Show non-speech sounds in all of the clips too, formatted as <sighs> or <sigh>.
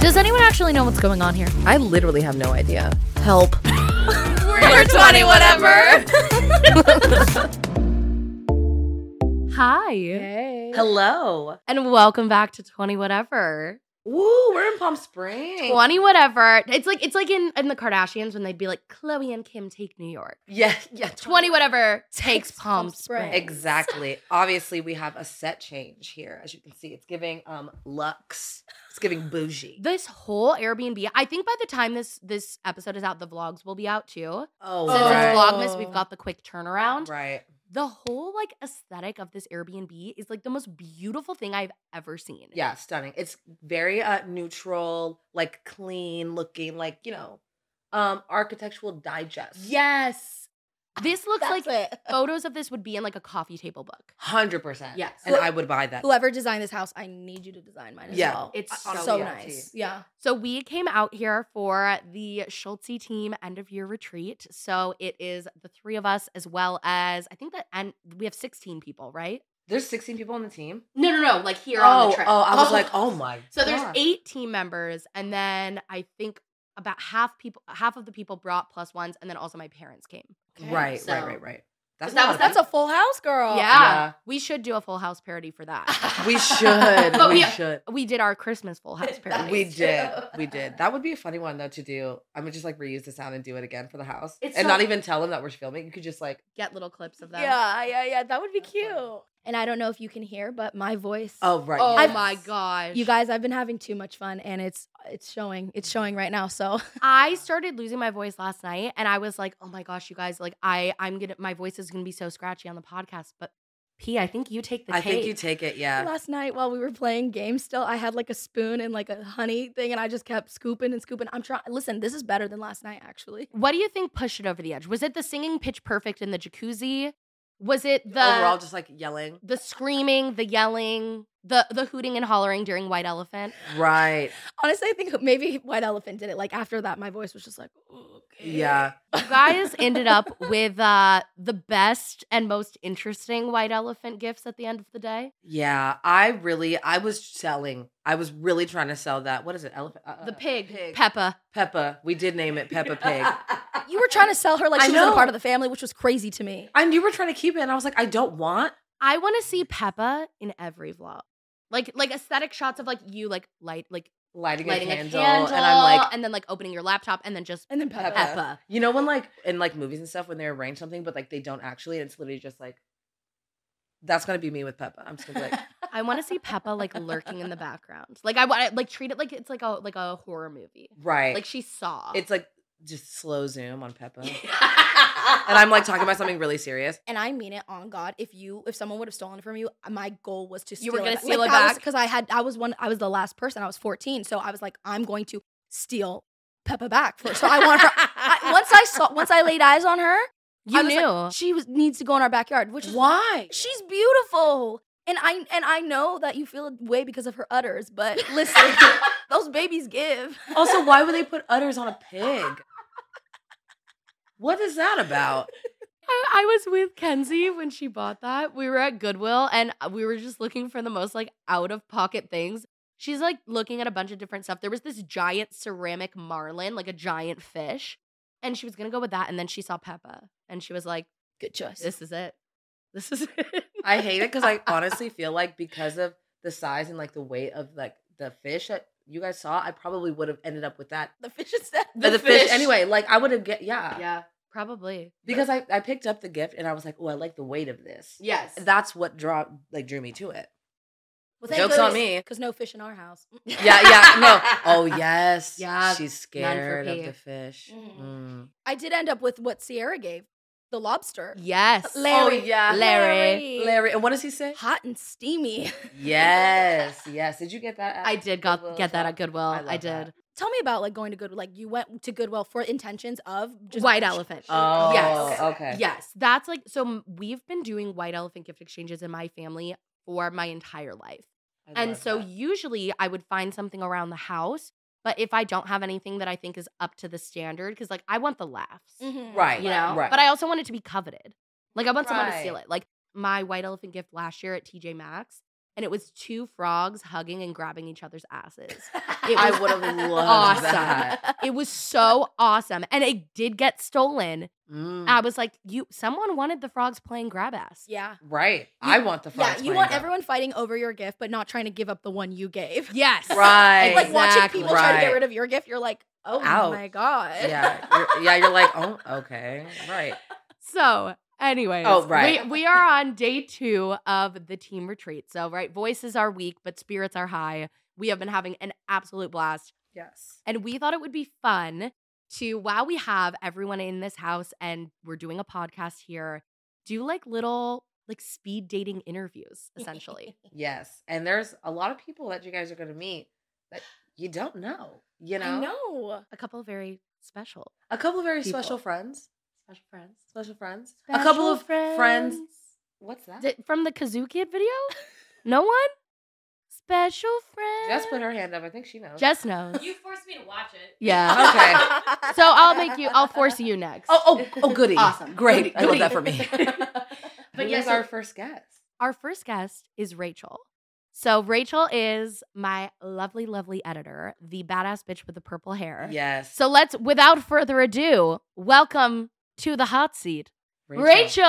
Does anyone actually know what's going on here? I literally have no idea. <laughs> Help. We're 20, whatever. Hi. Hey. Hello. And welcome back to 20 whatever. Woo, we're in Palm Springs. 20 whatever. It's like it's like in, in the Kardashians when they'd be like Chloe and Kim take New York. Yeah, yeah. 20 whatever takes Palm Springs. Exactly. Obviously, we have a set change here. As you can see, it's giving um luxe. It's giving bougie. This whole Airbnb, I think by the time this this episode is out, the vlogs will be out too. Oh, Since right. it's Vlogmas, we've got the quick turnaround. right. The whole like aesthetic of this Airbnb is like the most beautiful thing I've ever seen. Yeah, stunning. It's very uh neutral, like clean looking, like, you know, um architectural digest. Yes. This looks That's like it. <laughs> photos of this would be in like a coffee table book. 100%. Yes. And I would buy that. Whoever designed this house, I need you to design mine as Yeah. well. It's I- so, honestly, so yeah. nice. Yeah. So we came out here for the Schultzy team end of year retreat. So it is the three of us as well as I think that and we have 16 people, right? There's 16 people on the team. No, no, no, like here oh, oh, I was <laughs> like, oh my So there's God. eight team members and then I think about half people half of the people brought plus ones and then also my parents came. Right, so- right, right, right. That's That not was- a That's a full house, girl. yeah. yeah. We should do a full house parody for that. <laughs> We should. But we we- should. we did our Christmas <laughs> full house parody. <laughs> We did. We did. That would be a funny one though to do. I would just like reuse the sound and do it again for the house, It's and so- not even tell them that we're filming. You could just like, get little clips of them. Yeah, yeah, yeah. That would be cute. And I don't know if you can hear, but my voice. oh right, Oh yes. my gosh. You guys, I've been having too much fun and it's it's showing. It's showing right now. So <laughs> I started losing my voice last night and I was like, "Oh my gosh, you guys, like I I'm going to my voice is going to be so scratchy on the podcast." But P, I think you take the I cake. think you take it. Yeah. last night while we were playing games still, I had like a spoon and like a honey thing and I just kept scooping and scooping. I'm trying listen, this is better than last night actually. What do you think pushed it over the edge? Was it the singing pitch perfect in the jacuzzi? Was it the Overall, just like yelling. the screaming, the yelling, the the hooting and hollering during White Elephant? Right. Honestly, I think maybe White Elephant did it. Like after that, my voice was just like, okay. Yeah. You guys ended up with uh the best and most interesting White Elephant gifts at the end of the day. Yeah. I really, I was selling. I was really trying to sell that. What is it? Elephant. Uh, The uh, pig, pig. <laughs> Peppa. Peppa. We did name it Peppa <laughs> Pig. You were trying to sell her like I she was a know. part of the family, which was crazy to me. And you were trying to keep it, and I was like, I don't want. I want to see Peppa in every vlog. Like like aesthetic shots of like you like light like Lighting, lighting a, a candle, candle, and I'm like, and then like opening your laptop and then just And then Peppa. Peppa. Peppa. you know, when like in like movies and stuff, when they arrange something, but like they don't actually, and it's literally just like, that's gonna be me with Peppa. I'm just gonna be <laughs> like, I want to see Peppa like lurking in the background. Like I want like treat it like it's like a like a horror movie. right. Like she saw. it's like just slow zoom on Peppa, and I'm like talking about something really serious. <laughs> and I mean it on God. If you, if someone would have stolen it from you, my goal was to steal You were gonna it. steal it back? because I had, I was one, I was the last person. I was 14, so I was like, I'm going to steal Peppa back. For, so I want her. <laughs> I, once I saw, once I laid eyes on her, you I was knew. like, she was needs to go in our backyard, which is Why? she's beautiful. And I and I know that you feel a way because of her <laughs> udders, but listen, those babies give. Also, why would they put udders on a pig? What is that about? I, I was with Kenzie when she bought that. We were at Goodwill and we were just looking for the most like out of pocket things. She's like looking at a bunch of different stuff. There was this giant ceramic marlin, like a giant fish, and she was gonna go with that. And then she saw Peppa, and she was like, Good choice. "This is it. <laughs> This is it." I hate it because I honestly feel like because of the size and like the weight of like the fish that you guys saw, I probably would have ended up with that. the fish is dead. The, fish. anyway. Like I would have get yeah. yeah, probably. Because I, I picked up the gift and I was like, oh, I like the weight of this. Yes. That's what draw like drew me to it. Well, Joke's on me. Because no fish in our house. Yeah, yeah, no. <laughs> <laughs> Oh yes. Yeah, She's none for scared of pee. the fish. Mm-hmm. Mm. I did end up with what Sierra gave the lobster. Yes. Larry. Oh, yeah. Larry. Larry, and what does he say? Hot <laughs> and steamy. Yes, yes. Did you get that? at I did got, Goodwill get as that well? at Goodwill. I I, love did. Tell me about like going to Goodwill. Like you went to Goodwill for intentions of just White elephant. Oh, Yes. okay. Yes, that's like so. m- We've been doing white elephant gift exchanges in my family for my entire life. I And love so that. usually I would find something around the house, but if I don't have anything that I think is up to the standard, because like I want the laughs, Mhm. right, you know, right. but I also want it to be coveted. Like I want someone to steal Right. it. Like my white elephant gift last year at TJ Maxx, and it was two <laughs> frogs hugging and grabbing each other's asses. It I was would have loved awesome. that. It was so awesome, and it did get stolen. Mm. I was like, you, someone wanted the frogs playing grab ass. Yeah. right. I want the frogs. yeah. You playing want that. everyone fighting over your gift, but not trying to give up the one you gave. Yes. Right. It's <laughs> like watching Exactly. people try to get Right. rid of your gift. You're like, oh Ouch. my god. Yeah, you're, yeah. You're like, oh, <laughs> okay, right. So, anyways, Oh, right. we, we are on day two of the team retreat. So, right, voices are weak, but spirits are high. We have been having an absolute blast. Yes. And we thought it would be fun to, while we have everyone in this house and we're doing a podcast here, do like little like speed <laughs> dating interviews, essentially. Yes. And there's a lot of people that you guys are going to meet that you don't know. You know, I know. a couple of very special, a couple of very People. special friends. special friends. Special friends. a couple of friends. What's that? Did- from the Kazoo Kid video? No one? Special friends. Jess put her hand up. I think she knows. Jess knows. You forced me to watch it. Yeah. Okay. <laughs> So I'll make you. I'll force you next. Oh, oh, oh, goody. Awesome. Great. I love Goody, that <laughs> for me. <laughs> goody. but yeah, yes, so- our first guest. Our first guest is Rachel. So Rachel is my lovely, lovely editor, <laughs> the badass bitch with the purple hair. Yes. So let's, without further ado, welcome to the hot seat, Rachel.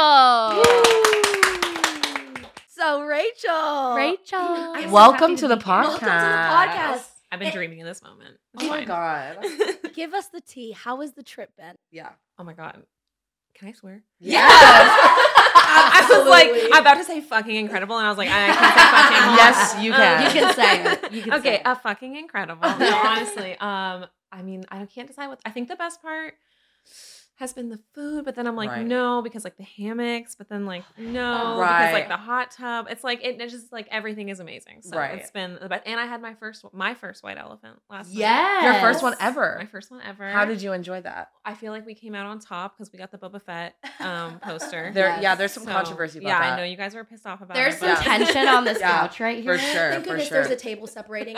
So Rachel. Rachel. <laughs> I'm so Welcome happy to the be here. podcast. Welcome to the podcast. I've been dreaming of this moment. It's Oh my fine. God. <laughs> Give us the tea. How was the trip, Ben? Yeah. oh my god. Can I swear? <laughs> I Yes. was Absolutely. like about to say fucking incredible, and I was like, I can say fucking. hold Yes, on. you Um, can. You can say <laughs> it. You can okay, say it. a fucking incredible. No, honestly, um, I mean, I can't decide what. I think the best part has been the food, but then I'm like, Right. no, because like the hammocks, but then like no, Right. because like the hot tub. It's like it, it's just like everything is amazing. So Right. it's been the best. And I had my first my first white elephant last night. Yes. Your first one My ever. first one ever. How did you enjoy that? I feel like we came out on top because we got the Boba Fett <laughs> um, poster. There, Yes. yeah, there's some So, controversy about yeah, that. I know you guys were pissed off about. There's it, some Yeah. but- <laughs> tension on this <laughs> Yeah, couch right here. for sure, Thank for goodness sure. there's a table separating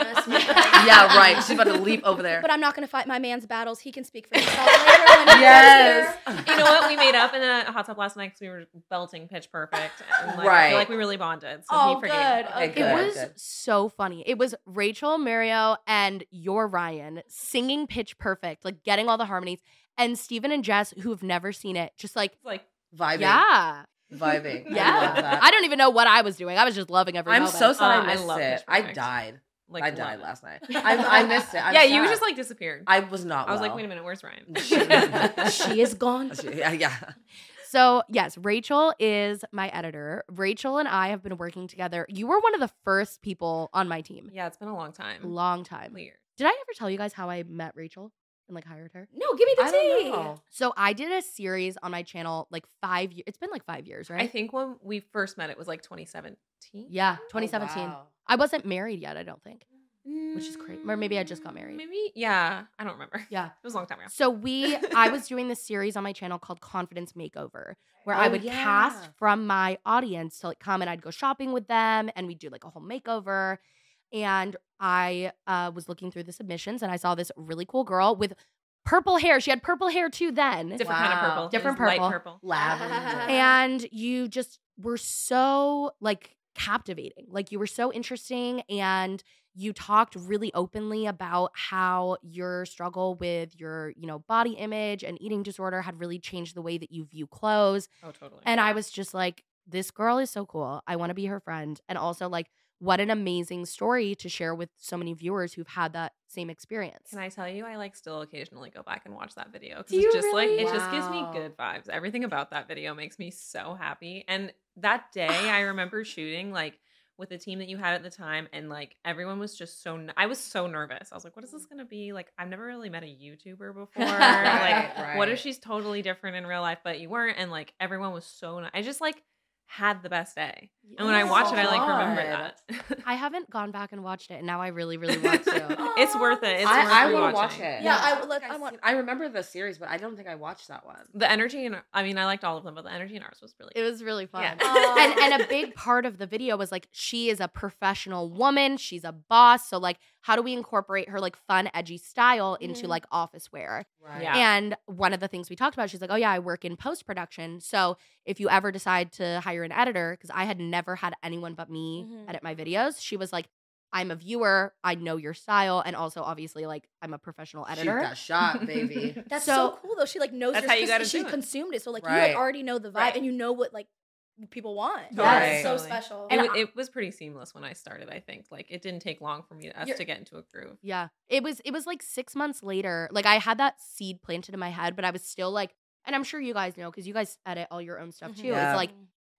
<laughs> us. yeah, right. She's <laughs> about to leap over there. But I'm not going to fight my man's battles. He can speak for himself later. When <laughs> he Yes. gets <laughs> here. <laughs> you know what? We made up in a hot tub last night because we were belting Pitch Perfect. And, like, I Right. feel like we really bonded. So Oh, he forgave. good. me. Okay, It good. was so funny. It was Rachel, Mario, and your Ryan singing pitch perfect, like getting all the harmonies, and Steven and Jess, who have never seen it, just like, It's Like Vibing. yeah, Vibing. I love yeah. that. I don't even know what I was doing. I was just loving every I'm moment. so sorry Uh, I I missed love it. Pitch I Perfect. died. like I love died it. last night. <laughs> I, I missed it. <laughs> I'm yeah, you sad. just like disappeared. I, I was not. was like, well. wait a minute, where's <laughs> Ryan? <laughs> she is gone. Oh, Yeah, yeah. So, yes, Rachel is my editor. Rachel and I have been working together. You were one of the first people on my team. yeah, it's been a long time. Long time. Weird. Did I ever tell you guys how I met Rachel and like hired her? No, give me the I tea. don't know. So I did a series on my channel like five years. It's been like five years, right? I think when we first met, it was like 2017. Yeah, 2017. Oh, wow. I wasn't married yet, I don't think. Which is crazy. Or maybe I just got married. Mm, Maybe. Yeah, I don't remember. Yeah. <laughs> It was a long time ago. So we I was doing <laughs> this series on my channel called Confidence Makeover where I Oh, would yeah. cast from my audience to like come and I'd go shopping with them and we'd do like a whole makeover and I uh, was looking through the submissions and I saw this really cool girl with purple hair. She had purple hair too then. Different kind of Wow. purple. It Different was purple. Light purple. <laughs> <laughs> Lavender. and you just were so like captivating like you were so interesting and you talked really openly about how your struggle with your, you know, body image and eating disorder had really changed the way that you view clothes. Oh, totally. And I was just like, this girl is so cool. I want to be her friend. And also like what an amazing story to share with so many viewers who've had that same experience. Can I tell you, I like still occasionally go back and watch that video because Do it's you just like really? it just gives me Wow. good vibes. Everything about that video makes me so happy. And that day, I <sighs> remember shooting like with the team that you had at the time, and like everyone was just so. n- I was so nervous. I was like, "What <laughs> is this gonna be?" Like, I've never really met a YouTuber before. like, Right, what right. if she's totally different in real life, but you weren't? And like everyone was so. ni- I just like had the best day. And when I Yes. watch it, I like remember God. that. <laughs> I haven't gone back and watched it, and now I really, really want to. it's worth it. It's worth I, I want to watch it. Yeah, I don't would let- think I've I want- seen- I remember the series, but I don't think I watched that one. The energy in I mean, I liked all of them, but the energy in ours was really it was really fun. Yeah. <laughs> And <laughs> and a big part of the video was like she is a professional woman, she's a boss, so like how do we incorporate her like fun, edgy style into Mhm. like office wear? Right. Yeah. And one of the things we talked about, she's like, "Oh yeah, I work in post production, so if you ever decide to hire an editor, because I had never had anyone but me Mhm. edit my videos, she was like." I'm a viewer. I know your style, and also obviously, like I'm a professional editor. Shoot that shot, baby. <laughs> <laughs> That's so, So- cool though. She like knows That's your how you speci- gotta she do it. consumed it. So like you Right. like already know the vibe Right. and you know what like people want. Right. That's so Totally. special. it, And wa- it was pretty seamless when I started. I think like it didn't take long for me us You're- to get into a groove. Yeah. It was it was like 6 months later. Like I had that seed planted in my head, but I was still like and I'm sure you guys know cuz you guys edit all your own stuff Mhm. too. Yeah. It's like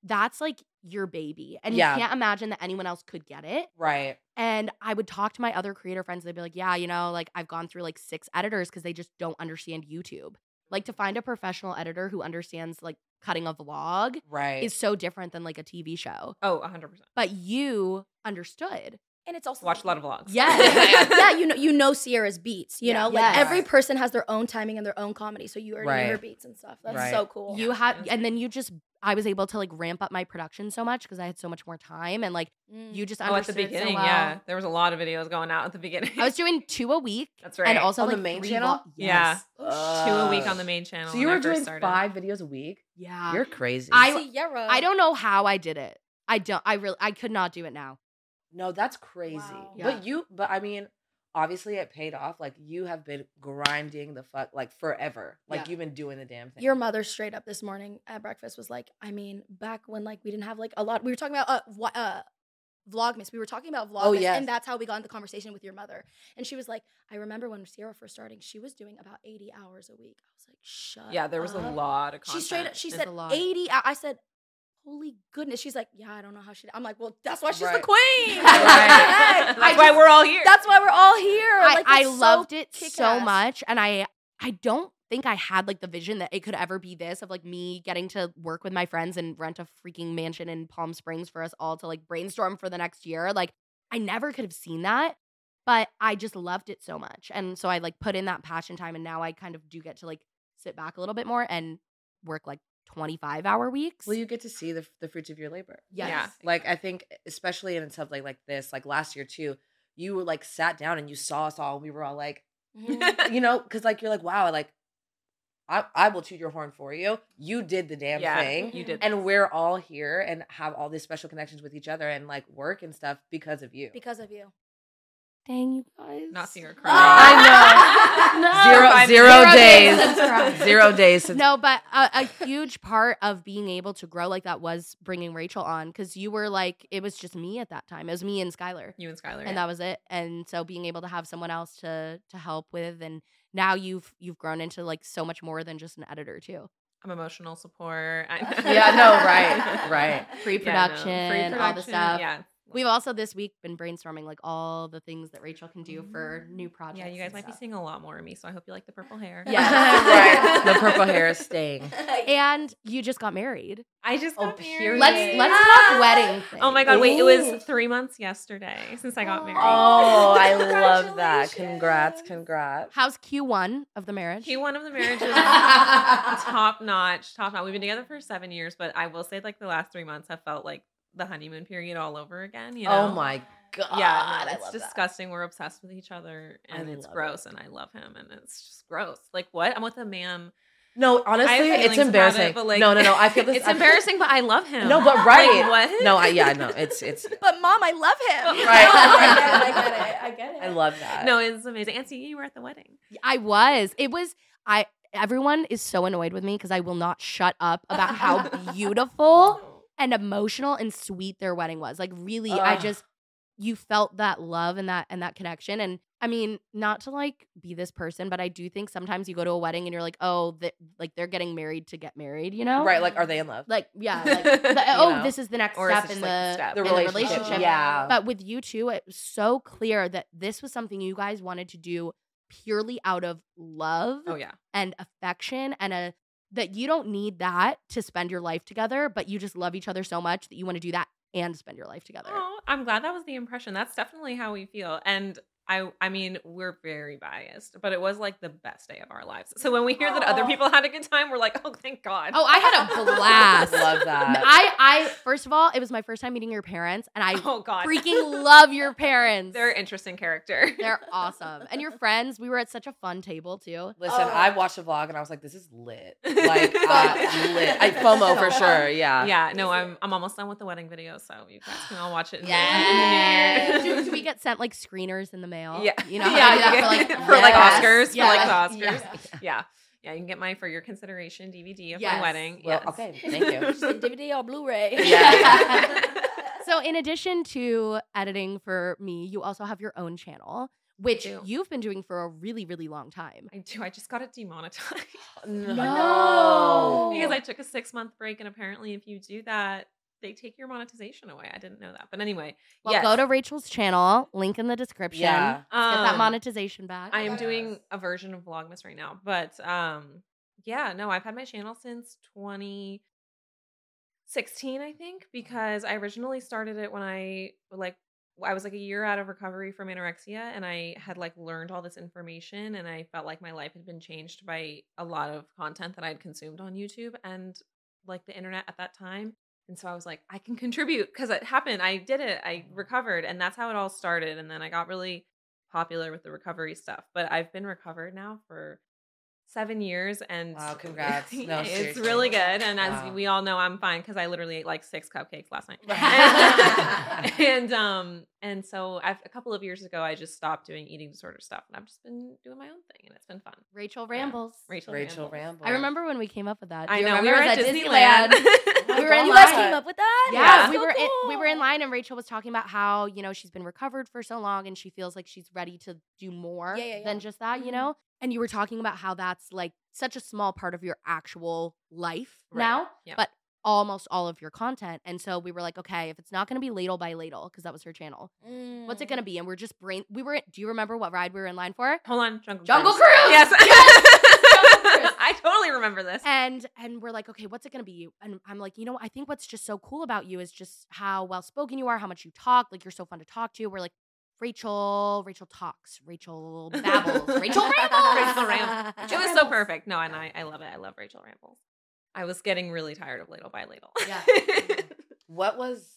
that's like your baby and Mm-hmm. Yeah. you can't imagine that anyone else could get it. Right. And I would talk to my other creator friends they'd be like, "Yeah, you know, like I've gone through like 6 editors cuz they just don't understand YouTube." Like to find a professional editor who understands like cutting a vlog Right. is so different than like a TV show. Oh, 100 percent. But you understood. and it's also Watched a lot of vlogs. <laughs> Yes. yeah, you know, you know Sierra's beats. You Yeah. know, like Yes. every person has their own timing and their own comedy, so you already Right. know your beats and stuff. That's Right. so cool. you Yeah, have that's and then you just i was able to like ramp up my production so much because i had so much more time and like Mm. you just Oh, at the understood it so beginning, well. yeah, there was a lot of videos going out at the beginning. i was doing two a week <laughs> That's right. and also On the like main three channel? vo- Yeah. yes. two a Ugh. week on the main channel. So you when I were first doing started. five videos a week? yeah You're crazy. I- Sierra. i don't know how i did it i don't i really i could not do it now no, that's crazy. Wow. Yeah. But you, but I mean, obviously it paid off. Like you have been grinding the fuck like forever. Like Yeah. you've been doing the damn thing. Your mother straight up this morning at breakfast was like, I mean, back when like we didn't have like a lot, we were talking about uh, wha- uh Vlogmas. We were talking about Oh, Vlogmas, yes. and that's how we got into the conversation with your mother. And she was like, I remember when Sierra first starting, she was doing about eighty hours a week. I was like, shut. <laughs> Yeah, there was a up." lot of. Uh-huh. She Content. straight up, she and- said a lot. eighty. I I said, holy goodness. She's like, yeah, I don't know how she. did-" I'm like, well, that's why she's the Right. <laughs> queen. Right. That's Like, <laughs> I why just- we're all here. <laughs> That's why we're all here. i, Like, I it's so loved it so kick-ass. much and i i don't think i had like the vision that it could ever be this of like me getting to work with my friends and rent a freaking mansion in palm springs for us all to like brainstorm for the next year like i never could have seen that but i just loved it so much and so i like put in that passion time and now i kind of do get to like sit back a little bit more and work like 25 hour weeks Well, you get to see the, the fruits of your labor. yes Yeah. Like I think, e, especially in something like this, like last year too, you were like sat down and you saw us all, and we were all like, <laughs> you know, because like you're like, wow, like I I will toot your horn for you. You did the damn yeah, thing, you did. and we're all here and have all these special connections with each other and like work and stuff because of you. because of you. dang you guys not seeing <laughs> her I cry. <laughs> know. Zero- Five- zero days. Zero days since no, but a, a huge part of being able to grow like that was bringing Rachel on because you were like, it was just me at that time. It was me and Skylar, You and Skylar. and that was it. And so being able to have someone else to to help with, and now you've you've grown into like so much more than just an editor too. I'm emotional support. <laughs> I Yeah, no, right, right. Pre-production, all the Pre-production, stuff. Yeah. We've also this week been brainstorming like all the things that Rachel can do for new projects. Mm-hmm. Yeah, you guys and might be stuff. seeing a lot more of me, so I hope you like the purple hair. <laughs> <laughs> Yeah. right. The purple hair is staying. <laughs> And you just got married. I just Oh, got married. period. Let's let's talk wedding. Oh my god, wait, it Ooh. was three months yesterday since I got married. Oh, I love that. Congrats, congrats. How's Q one of the marriage? He one of the <laughs> marriages top notch, top notch. We've been together for seven years, but I will say like the last three months have felt like the honeymoon period all over again. You know? Oh my god. Yeah, no, I it's love that. disgusting. We're obsessed with each other, and I it's love gross. And I love him, and it's just gross. Like what? I'm with a man No, honestly, I have it's feelings about embarrassing. it, but, like, no, no, no. <laughs> I feel this. it's I- embarrassing, but I love him. No, but <laughs> Like, what? right. No, I yeah, no. It's <laughs> it's But mom, I love him. Right. I get it. I get it. I get it. I love that. No, it's amazing. And see, you were at the wedding. I was. It was. I. Everyone is so annoyed with me because I will not shut up <laughs> about how beautiful Oh. and emotional and sweet their wedding was. Like really, I Ugh. just you felt that love and that and that connection. And I mean, not to like be this person, but I do think sometimes you go to a wedding and you're like, oh, th- like they're getting married to get married, you know? Right, like are they in love? Like yeah. Like, the- oh, know? this is the next Or is it step just, in like, the the step? in the relationship. Yeah. But with you two, it was so clear that this was something you guys wanted to do purely out of love Oh yeah. and affection and a that you don't need that to spend your life together, but you just love each other so much that you want to do that and spend your life together. Oh, I'm glad that was the impression. That's definitely how we feel. And I I mean, we're very biased, but it was like the best day of our lives. So when we hear that other people had a good time, we're like, oh, thank God. Oh, I had a I blast. love that. I I first of all, it was my first time meeting your parents and I oh God. freaking love your <laughs> parents. They're an interesting character. <laughs> They're awesome. And your friends, we were at such a fun table too. Listen, Oh. I watched a vlog and I was like, this is lit. <laughs> Like uh, lit. I FOMO for sure. Yeah. yeah, no, I'm I'm almost done with the wedding video, so you guys can all watch it. in the- <laughs> Yes. in the Do, mirror. do we get sent like screeners in the mail? Yeah. <laughs> You know, how Yeah, they do that you for, get- <laughs> <laughs> like, for, like, yes, Oscars, for, like, the yes, Oscars. <laughs> yeah. Yeah, you can get my for your consideration DVD of my Yes. wedding. Well, yes. <laughs> okay, thank you. Just a DVD or Blu-ray. Yeah. So, in addition to editing for me, you also have your own channel, which do. you've been doing for a really, really long time. I do. I just got it demonetized <laughs> <laughs> No. because I took a six month break, and apparently, if you do that, they take your monetization away. I didn't know that, but anyway, Well, yes. go to Rachel's channel, link in the description. Yeah. Get that Um, monetization back. I am doing a version of Vlogmas right now, but um, yeah, no, I've had my channel since 2016, I think, because I originally started it when I like I was like a year out of recovery from anorexia, and I had like learned all this information, and I felt like my life had been changed by a lot of content that I'd consumed on YouTube and like the internet at that time. And so I was like, I can contribute because it happened. I did it. I Mm-hmm. recovered, and that's how it all started. And then I got really popular with the recovery stuff. But I've been recovered now for seven years, and <laughs> Wow, congrats. No, it's seriously. really good. And as Wow. we all know, I'm fine because I literally ate like six cupcakes last night. <laughs> <laughs> Right. and um, and so I've, a couple of years ago, I just stopped doing eating disorder stuff, and I've just been doing my own thing, and it's been fun. Rachel Rambles. Rachel, Rachel Rambles. Ramble. I remember when we came up with that. Do I you know we remember? were It at was Disneyland. <laughs> Oh we were in you guys line. came up with that? Yeah, Yeah. we So <laughs> were in, we cool. were in line, and Rachel was talking about how you know she's been recovered for so long, and she feels like she's ready to do more Yeah, yeah, than yeah. just that, you Mhm. know. And you were talking about how that's like such a small part of your actual life Right. now, Yeah. but almost all of your content. And so we were like, okay, if it's not going to be ladle by ladle, because that was her channel, what's <laughs> it going to be? And we're just brain. We were. Do you remember what ride we were in line for? Hold on, Jungle, Jungle Cruise. Cruise! Yes, <laughs> Jungle Cruise. I totally remember this. and and we're like okay what's it gonna be and i'm like you know what? i think what's just so cool about you is just how well spoken you are how much you talk like you're so fun to talk to we're like rachel rachel talks rachel babbles <laughs> rachel rambles Rachel Rambles. <laughs> It was so perfect. No, and I, I love it. I love Rachel Rambles. I was getting really tired of Ladle by Ladle. Yeah. What was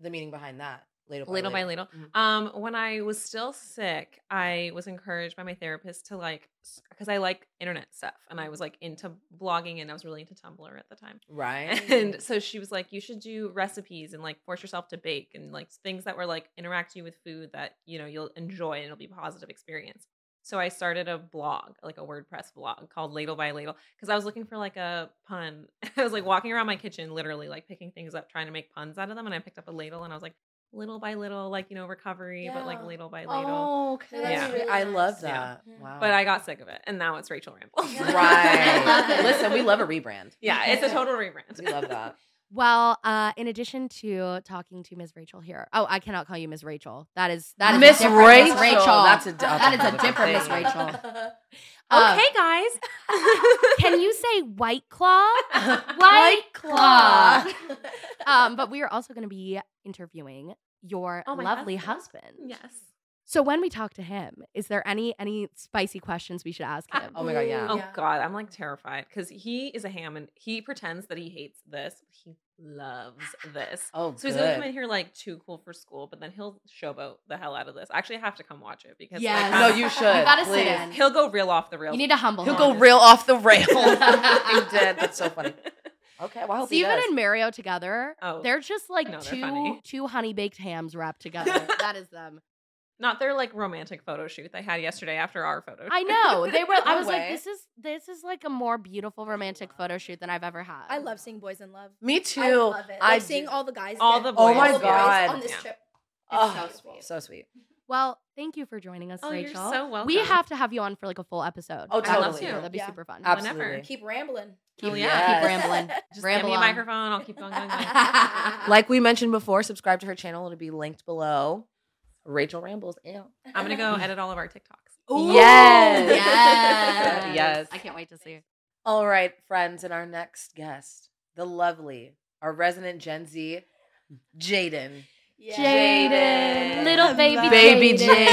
the meaning behind that? Ladle by Ladle by ladle. Mm. Ladle. Um, when I was still sick, I was encouraged by my therapist to like, because I like internet stuff, and I was like into blogging, and I was really into Tumblr at the time. Right. And so she was like, you should do recipes and like force yourself to bake and like things that were like interact you with food that, you know, you'll enjoy and it'll be a positive experience. So I started a blog, like a WordPress blog called Ladle by Ladle, because I was looking for like a pun. <laughs> I was like walking around my kitchen, literally like picking things up, trying to make puns out of them. And I picked up a ladle and I was like, little by little, like, you know, recovery, but like Yeah. ladle by ladle. Oh, okay. Yeah. That's re- I love Yeah. that. Wow. But I got sick of it. And now it's Rachel Ramble. Right. it. Listen, we love a rebrand. yeah, it's a total rebrand. We love that. well uh in addition to talking to ms rachel here oh i cannot call you ms rachel that is that is a Miss different Rachel. miss rachel That's a- that is a that's a different miss thing. rachel <laughs> Um, Okay, guys. <laughs> can you say white <laughs> claw white, Claw. um, but we are also going to be interviewing your Oh, my lovely husband. husband. yes. So when we talk to him, is there any any spicy questions we should ask him? Oh my god, yeah. Oh God, I'm like terrified because he is a ham and he pretends that he hates this. He loves this. <sighs> Oh, So he's gonna come in here like too cool for school, but then he'll showboat the hell out of this. I actually have to come watch it because Yes. like, no, I'm- you should. You gotta sit please. in. he'll go real off the rails. You need to humble He'll go him. real off the <laughs> rail. Fucking dead. That's so funny. Okay, well, I hope he Steven does. <laughs> and Mario together. Oh, They're just like no, they're two funny. two honey baked hams <laughs> wrapped together. that is them. not their like romantic photo shoot they had yesterday after our photo. I shoot. know. They were I No was like, way. this is this is like a more beautiful romantic photo shoot than I've ever had. I love seeing boys in love. Me too. I love it. I Like seeing do. all the guys. All get- the Oh my all the God. on this Yeah. trip. Oh, so sweet. So <laughs> sweet. Well, thank you for joining us, Oh, you're Rachel. so welcome. We have to have you on for like a full episode. Oh, I'd love totally. to. That'd be Yeah. super fun. Whenever. Oh, Absolutely. Keep <laughs> rambling. Hell yeah. Keep Yes. rambling. Just Ramble give on. me a microphone. I'll keep <laughs> going. going, going. Like we mentioned before, subscribe to her channel. It'll be linked below. Rachel rambles. Ew. I'm gonna <laughs> go edit all of our TikToks. Yes. <laughs> Yes. Yes. I can't wait to see her. All right, friends, and our next guest, the lovely, our resident Gen Z, Jaden. Yeah. Jaden. Little baby Baby Jaden. <laughs> <laughs>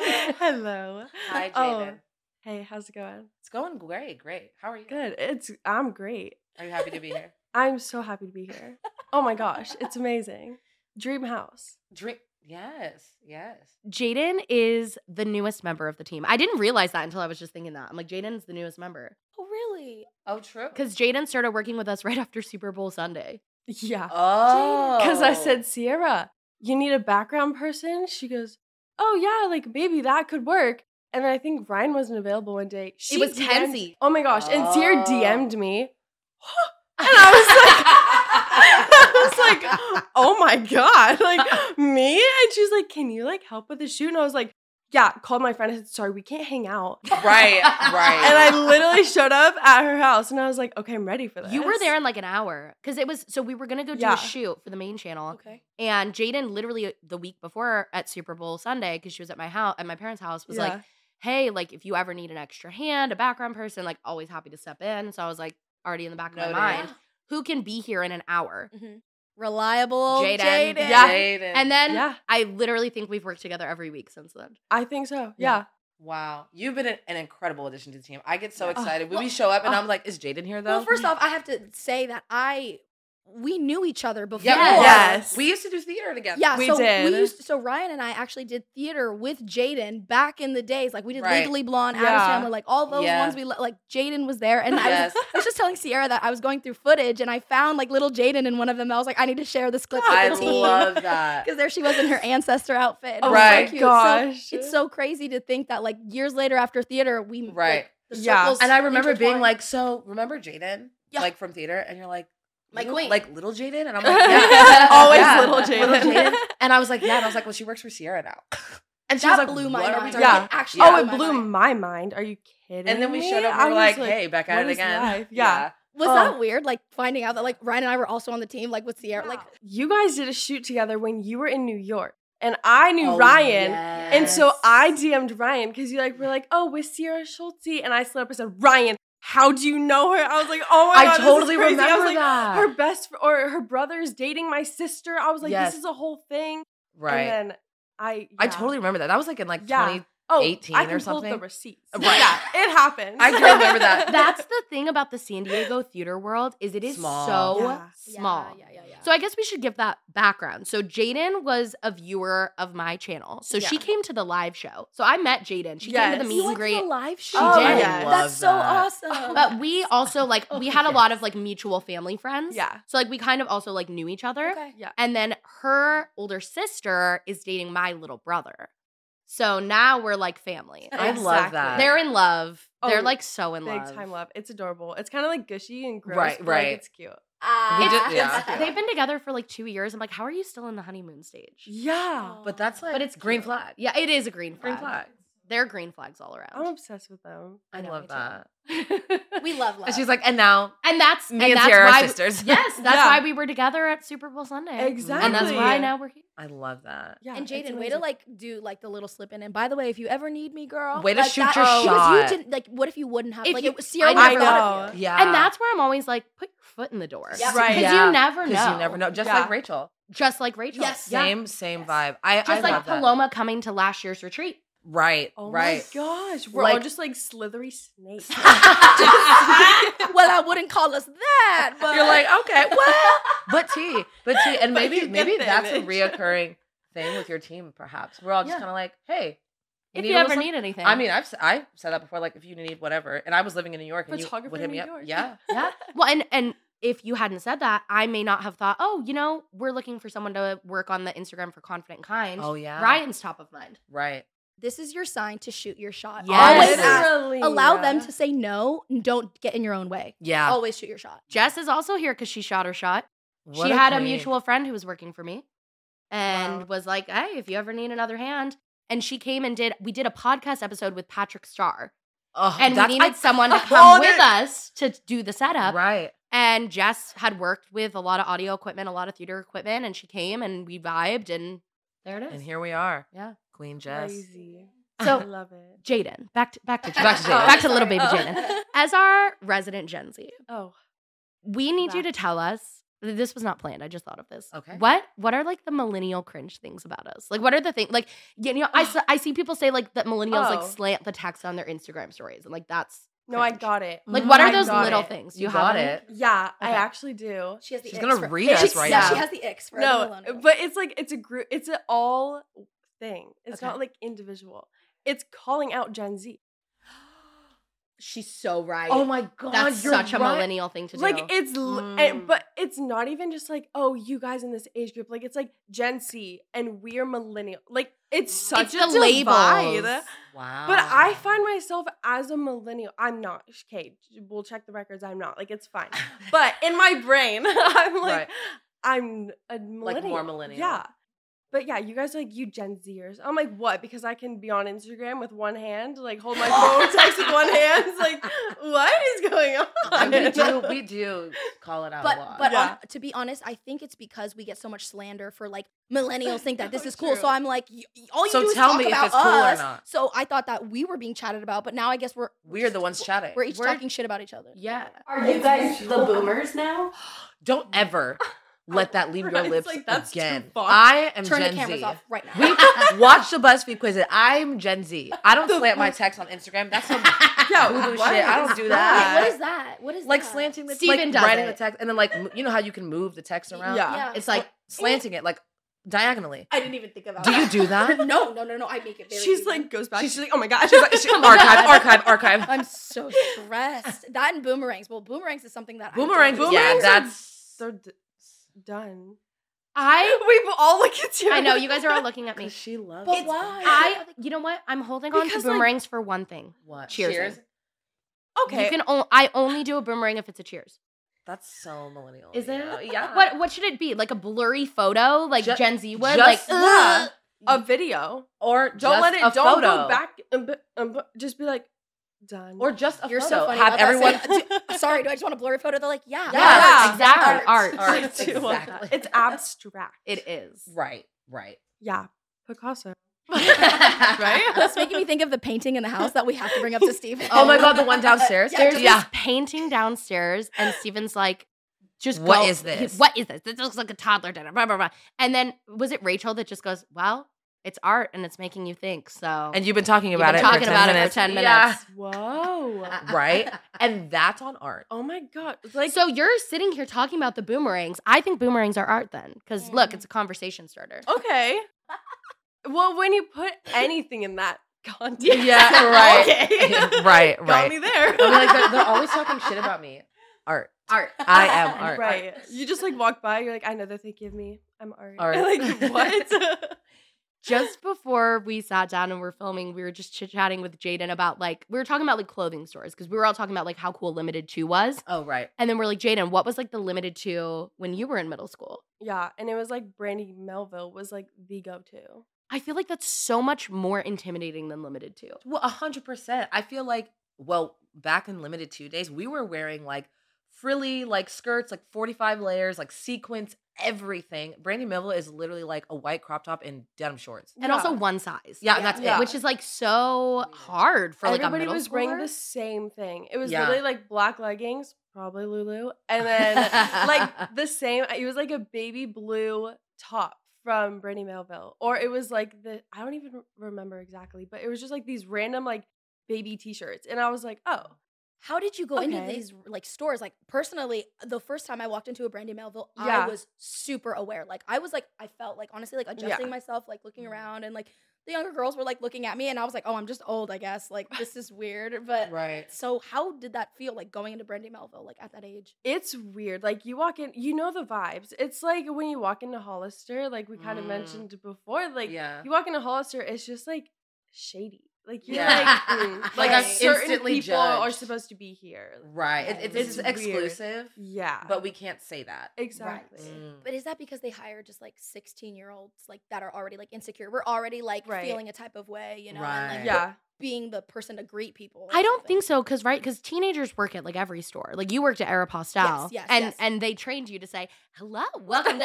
Jaden. Hello. Hi, Oh. Jaden. Hey, how's it going? It's going great. Great. How are you? Good. It's I'm great. Are you happy to be here? I'm so happy to be here. Oh my gosh, it's amazing. Dream house. Drink. Yes. Yes. Jaden is the newest member of the team. I didn't realize that until I was just thinking that. I'm like, Jaden's the newest member. Oh, really? Oh, true. Because Jaden started working with us <laughs> right after Super Bowl Sunday. Yeah. Oh. Cuz I said, "Sierra, you need a background person?" She goes, "Oh yeah, like maybe that could work." And then I think Ryan wasn't available one day. She was DM'd Kenzie. Oh my gosh, and Sierra Oh. DM'd <laughs> me. And I was like, I was like, <laughs> oh my God, like me? And she's like, can you like help with the shoot? And I was like, yeah, called my friend. I said, sorry, we can't hang out. <laughs> right, right. And I literally showed up at her house and I was like, okay, I'm ready for this. You were there in like an hour. Because it was, so we were going to go do Oh. Yeah. a shoot for the main channel. Okay. And Jaden literally uh, the week before at Super Bowl Sunday, because she was at my house, at my parents' house, was like, Yeah. hey, like if you ever need an extra hand, a background person, like always happy to step in. So I was like, already in the back of my Noted. mind, who can be here in an hour? Mm-hmm. Mhm. Reliable old Jaden. Jaden. Yeah. Jaden. And then Yeah. I literally think we've worked together every week since then. I think so. Yeah. Yeah. Wow, you've been an, an incredible addition to the team. I get so Yeah. excited when well- we show up, and oh. I'm like, "Is Jaden here though?" Well, first off, I have to say that I we knew each other before. Yes. we used to do theater together. Yeah, We so did. we used so Ryan and I actually did theater with Jaden back in the days. Like we did Right. Legally Blonde, Yeah. Adam's Family, like all those Yeah. ones. We lo- like Jaden was there, and I, was, yes, I was just telling Sierra that I was going through footage, and I found like little Jaden in one of them. I was like, I need to share this clip with I the team love <laughs> that. because there she was in her ancestor outfit. and it Oh was so Right. my cute. So gosh. it's so crazy to think that like years later after theater, we like, Right. the Yeah. circles And I remember being intertwined. like, "So remember Jaden, Yeah. like from theater?" And you're like, My "Little- queen. like little Jaden," <laughs> and I'm like, "Yeah, Always Yeah. little Jaden. <laughs> And I was like, "Yeah," and I was like, "Well, she works for Sierra <laughs> now," and she that was like, blew my "What are we mind. talking Yeah. about?" It actually Oh, blew it my blew mind. my mind. Are you kidding? And then we me? showed up, and I we were was like, "Hey, back at what it is <laughs> again." life? Yeah. Was Oh. that weird? Like finding out that like Ryan and I were also on the team, like with Sierra. Like you guys did a shoot together when you were in New York, and I knew Oh, Ryan. And so yes. I DM'd Ryan because you like were like, oh, with Sierra Schultze, and I slid up and said, Ryan, how do you know her? I was like, oh my I god, this is totally crazy." I remember was like, that. Her best fr- or her brother's dating my sister. I was like, Yes. this is a whole thing. right. And then I, I yeah. totally remember that. That was like in like Yeah. 20. oh, 18 I or can pull up something. Mm-hmm. the receipts. Right. Yeah, it happened. I can remember that. <laughs> That's the thing about the San Diego theater world is it is Small. so Yeah. small. Yeah, yeah, yeah. yeah. So I guess we should give that background. So Jaden was a viewer of my channel. So she Yeah. came to the live show. So I met Jaden. She came to Yes. the You meet and greet. live show. Oh, did. yes. I love That's so that. awesome. Oh. But we <laughs> also like we had a lot of like mutual family friends. Yeah. So like we kind of also like knew each other. okay. yeah. And then her older sister is dating my little brother. So now we're like family. <laughs> I love that. They're in love. <laughs> They're Oh, like so in Big love. time love. It's adorable. It's kind of like gushy and gross. Right, but, right. Like, it's cute. We Ah. did- It's- <laughs> yeah. it's- They've been together for like two years. I'm like, how are you still in the honeymoon stage? Yeah. But that's like, But it's green cute. flag. Yeah, it is a green flag. Green flag. They're green flags all I'm around. obsessed with them. <laughs> I, know, me love too. that. we love love. And she's like, and now and that's me and, that's Sierra why are sisters. <laughs> yes, that's Yeah. why we were together at Super Bowl Sunday. Exactly. And that's why now we're here. I love that. Yeah. and it's Jaden, way to amazing. like do like the little slip in. And by the way, if you ever need me, girl, Way to like, shoot that- your Because shot. you didn't like. What if you wouldn't have? If like you- it was Sierra. I would have never thought of know. you. Yeah. And that's where I'm always like, put your foot in the door. Yeah. Because Right. you Yeah. never know. because you never know. Just Yeah. like Rachel. Just like Rachel. Yes. Yeah. Same, same vibe. I, Just I like love that. Paloma coming to last year's retreat. Right. Oh right. my gosh. We're all Like- just like slithery snakes. <laughs> well, I wouldn't call us that, but You're like, <laughs> okay, <laughs> well, but T, but T, and But maybe you maybe get the that's a image. reoccurring thing with your team. Perhaps we're all just Yeah. kind of like, hey, If need you a ever little need anything, something? I mean, I've s- I've said that before. Like, if you need whatever, and I was living in New York, and you Photographer would in hit me New up. York. <laughs> Yeah, yeah. Well, and and if you hadn't said that, I may not have thought, oh, you know, we're looking for someone to work on the Instagram for confident and kind. Oh, yeah. Ryan's top of mind. right. this is your sign to shoot your shot. Yes. Always ask. Literally. Allow them to say no. and Don't get in your own way. Yeah. Always shoot your shot. Jess is also here because she shot her shot. What she had a queen. mutual friend who was working for me and Wow. was like, hey, if you ever need another hand. And she came and did, we did a podcast episode with Patrick Starr. Ugh, And we that's- I needed <laughs> someone to called come with it. us to do the setup. Right. And Jess had worked with a lot of audio equipment, a lot of theater equipment, and she came and we vibed and there it is. And here we are. Yeah. Queen Jess. Crazy. <laughs> So- I love it. Jaden, back to back to Jaden. Back to <laughs> Jaden. back to little baby Oh. Jaden. <laughs> As our resident Gen Z, Oh. we need you to Back. tell us. This was not planned. I just thought of this. Okay. What What are like the millennial cringe things about us? Like, what are the things? Like, you know, <sighs> I, s- I see people say like that millennials like Oh. slant the text on their Instagram stories, and like that's No, I cringe. got it. Like, what I are those got little it. things? You got any? it. Yeah, I Okay. actually do. She has the. She's icks gonna for- read us She- right yeah, now. She has the icks for No, everyone. but it's like it's a group. It's an all thing. It's Okay. not like individual. It's calling out Gen Z. She's so right. Oh my god, that's you're such a right. millennial thing to do. Like it's, l Mm. and, but it's not even just like oh you guys in this age group. Like it's like Gen Z and we're millennial. Like it's such It's a the divide. labels. Wow. But I find myself as a millennial. I'm not. Okay, we'll check the records. I'm not. Like it's fine. <laughs> But in my brain, <laughs> I'm like, Right. I'm a millennial. more millennial. Yeah. But yeah, you guys are like, you Gen Zers. I'm like, what? Because I can be on Instagram with one hand, like hold my phone, text with one hand. It's <laughs> like, what is going on? And <laughs> we do we do call it out a But lot. but Yeah. on, to be honest, I think it's because we get so much slander for like <laughs> millennials think that this So is cool. So true. I'm like, y- y- all you So do is tell talk me if about it's cool or us. not. So I thought that we were being chatted about, but now I guess we're we're the ones chatting. we're each We're- talking shit about each other. Yeah. are you guys the boomers now? Don't ever let that leave your Right, it's lips like, that's too again. far. I am Turn Gen the cameras Z. off right now. We <laughs> watch the BuzzFeed quizzes. I'm Gen Z. I don't slant my text on Instagram. That's <laughs> some boo boo shit. what I don't is do Wait, that. what is that? What is like that? slanting the Steven like does writing it. <laughs> the text and then like mo- you know how you can move the text around. Yeah. It's like slanting it like diagonally. I didn't even think about. Do you that. do that? <laughs> <laughs> no, no, no, no. I make it. Very She's easy. like, goes back. She's, like, oh my <laughs> god. She's like, she- archive, archive, archive. I'm so stressed. That and boomerangs. Well, boomerangs is something that Boomerangs. I don't do. Yeah, Boomerangs are- that's They're d- done. I <laughs> We've all looked at you. I know you guys are all looking at me. she loves. But why? I you know what? I'm holding on to Because, like- boomerangs for one thing. What? Cheers. Okay. You can o- I only do a boomerang if it's a cheers. That's so millennial. Is you it? know? Yeah. What what should it be? Like a blurry photo, like Ju- Gen Z would, just like that. ugh. a video. Or Don't just let it. a Don't photo. go back. And, bu- and, bu- just be like, done. Or just a You're photo. so funny. Have about everyone. that. Say, "Do- <laughs> Sorry, do I just want a blurry photo? They're like, yeah. <laughs> Yeah. yeah, <laughs> Art. <laughs> exactly. Art. Art. I do want that. Exactly. It's abstract. It is. Right. Right. Yeah, Picasso. <laughs> <laughs> right. That's making me think of the painting in the house that we have to bring up to Steve. Oh my god, the <laughs> one downstairs. <laughs> Yeah, There's just- this painting downstairs, and Steven's like, just What go- is this? What is this? This looks like a toddler did it. Blah, blah, blah. And then was it Rachel that just goes, Well, it's art and it's making you think. So And you've been talking You've about been it. talking for 10 about it for minutes. 10 minutes. Whoa. <laughs> Yeah. right. And that's on art. oh my god. It's Like so you're sitting here talking about the boomerangs. I think boomerangs are art then. Because look, Mm. it's a conversation starter. <laughs> okay. well, when you put anything in that context, Yeah, <laughs> right. <laughs> Okay. right. Got <laughs> Right. me there. I mean, like they're, they're always talking shit about me. Art. <laughs> Art. <laughs> I am art. Right. You just like walk by. You're like, I know they're thinking of me. I'm art. <laughs> Art. <laughs> like what? Just before we sat down and were filming, we were just chit chatting with Jaden about like, we were talking about like clothing stores because we were all talking about like how cool Limited 2 was. Oh, right. And then we're like, Jaden, what was like the Limited 2 when you were in middle school? yeah, and it was like Brandy Melville was like the go-to. I feel like that's so much more intimidating than limited to. Well, a hundred percent. I feel like well, back in limited two days, we were wearing like frilly like skirts, like forty five layers, like sequins, everything. Brandy Melville is literally like a white crop top and denim shorts. And also one size. Yeah, and that's Yeah. it. Which is like so hard for like Everybody a middle was wearing schooler. the same thing. It was Yeah. literally like black leggings, probably Lulu, and then like the same. It was like a baby blue top from Brandy Melville, or it was like the I don't even remember exactly, but it was just like these random like baby T-shirts, and I was like, oh, How did you go into Okay. these like stores? Like personally, the first time I walked into a Brandy Melville, Yeah. I was super aware. Like I was like, I felt like honestly like Yeah. adjusting myself, like looking around, and like the younger girls were like looking at me, and I was like, oh, I'm just old, I guess. Like this is weird, but Right. so how did that feel like going into Brandy Melville like at that age? it's weird. Like you walk in, you know the vibes. It's like when you walk into Hollister, like we kind of Mm. mentioned before, like yeah. you walk into Hollister, it's just like shady. Like you're Yeah. like, mm, like Right. certain Instantly people are judged. supposed to be here. Right. It, it's, it's, It's weird. exclusive, Yeah, but we can't say that. exactly. Mm. But is that because they hire just like 16 year olds like that are already like insecure? We're already like Right. feeling a type of way, you know, and Right. like Yeah, being the person to greet people. <laughs> I don't think so, because right, because teenagers work at like every store. Like you worked at Aeropostale, Yes, yes, and yes. and they trained you to say hello, welcome to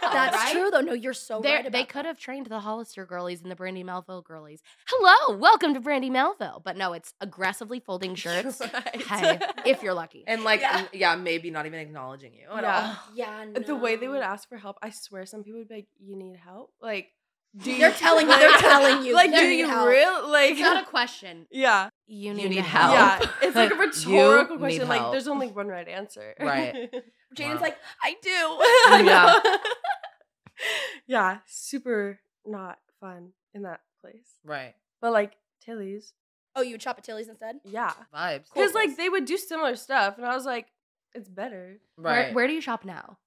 <laughs> That's right? true though. No, you're so right. They're- they about could that. have trained the Hollister girlies and the Brandy Melville girlies. Hello, welcome to Brandy Melville. But no, it's aggressively <laughs> folding shirts. hey, if you're lucky. And like, Yeah. n- yeah. maybe not even acknowledging you at Yeah. all. <laughs> Yeah, the way they would no. ask for help, I swear, some people would be like, "You need help." Like, do <laughs> They're telling you. They're like- telling you. Like, they do need you help. really like? It's not a question. yeah, You need, You need <laughs> help. yeah. It's like a You rhetorical need question. Like, help. there's only one right answer. Right. <laughs> Jaden's Wow. like, I I do. know. <laughs> yeah, super not fun in that place. Right. But like Tilly's, oh, you would shop at Tilly's instead? yeah, <laughs> Vibes. because like they would do similar stuff, and I was like, it's better. Where, Right. where do you shop now?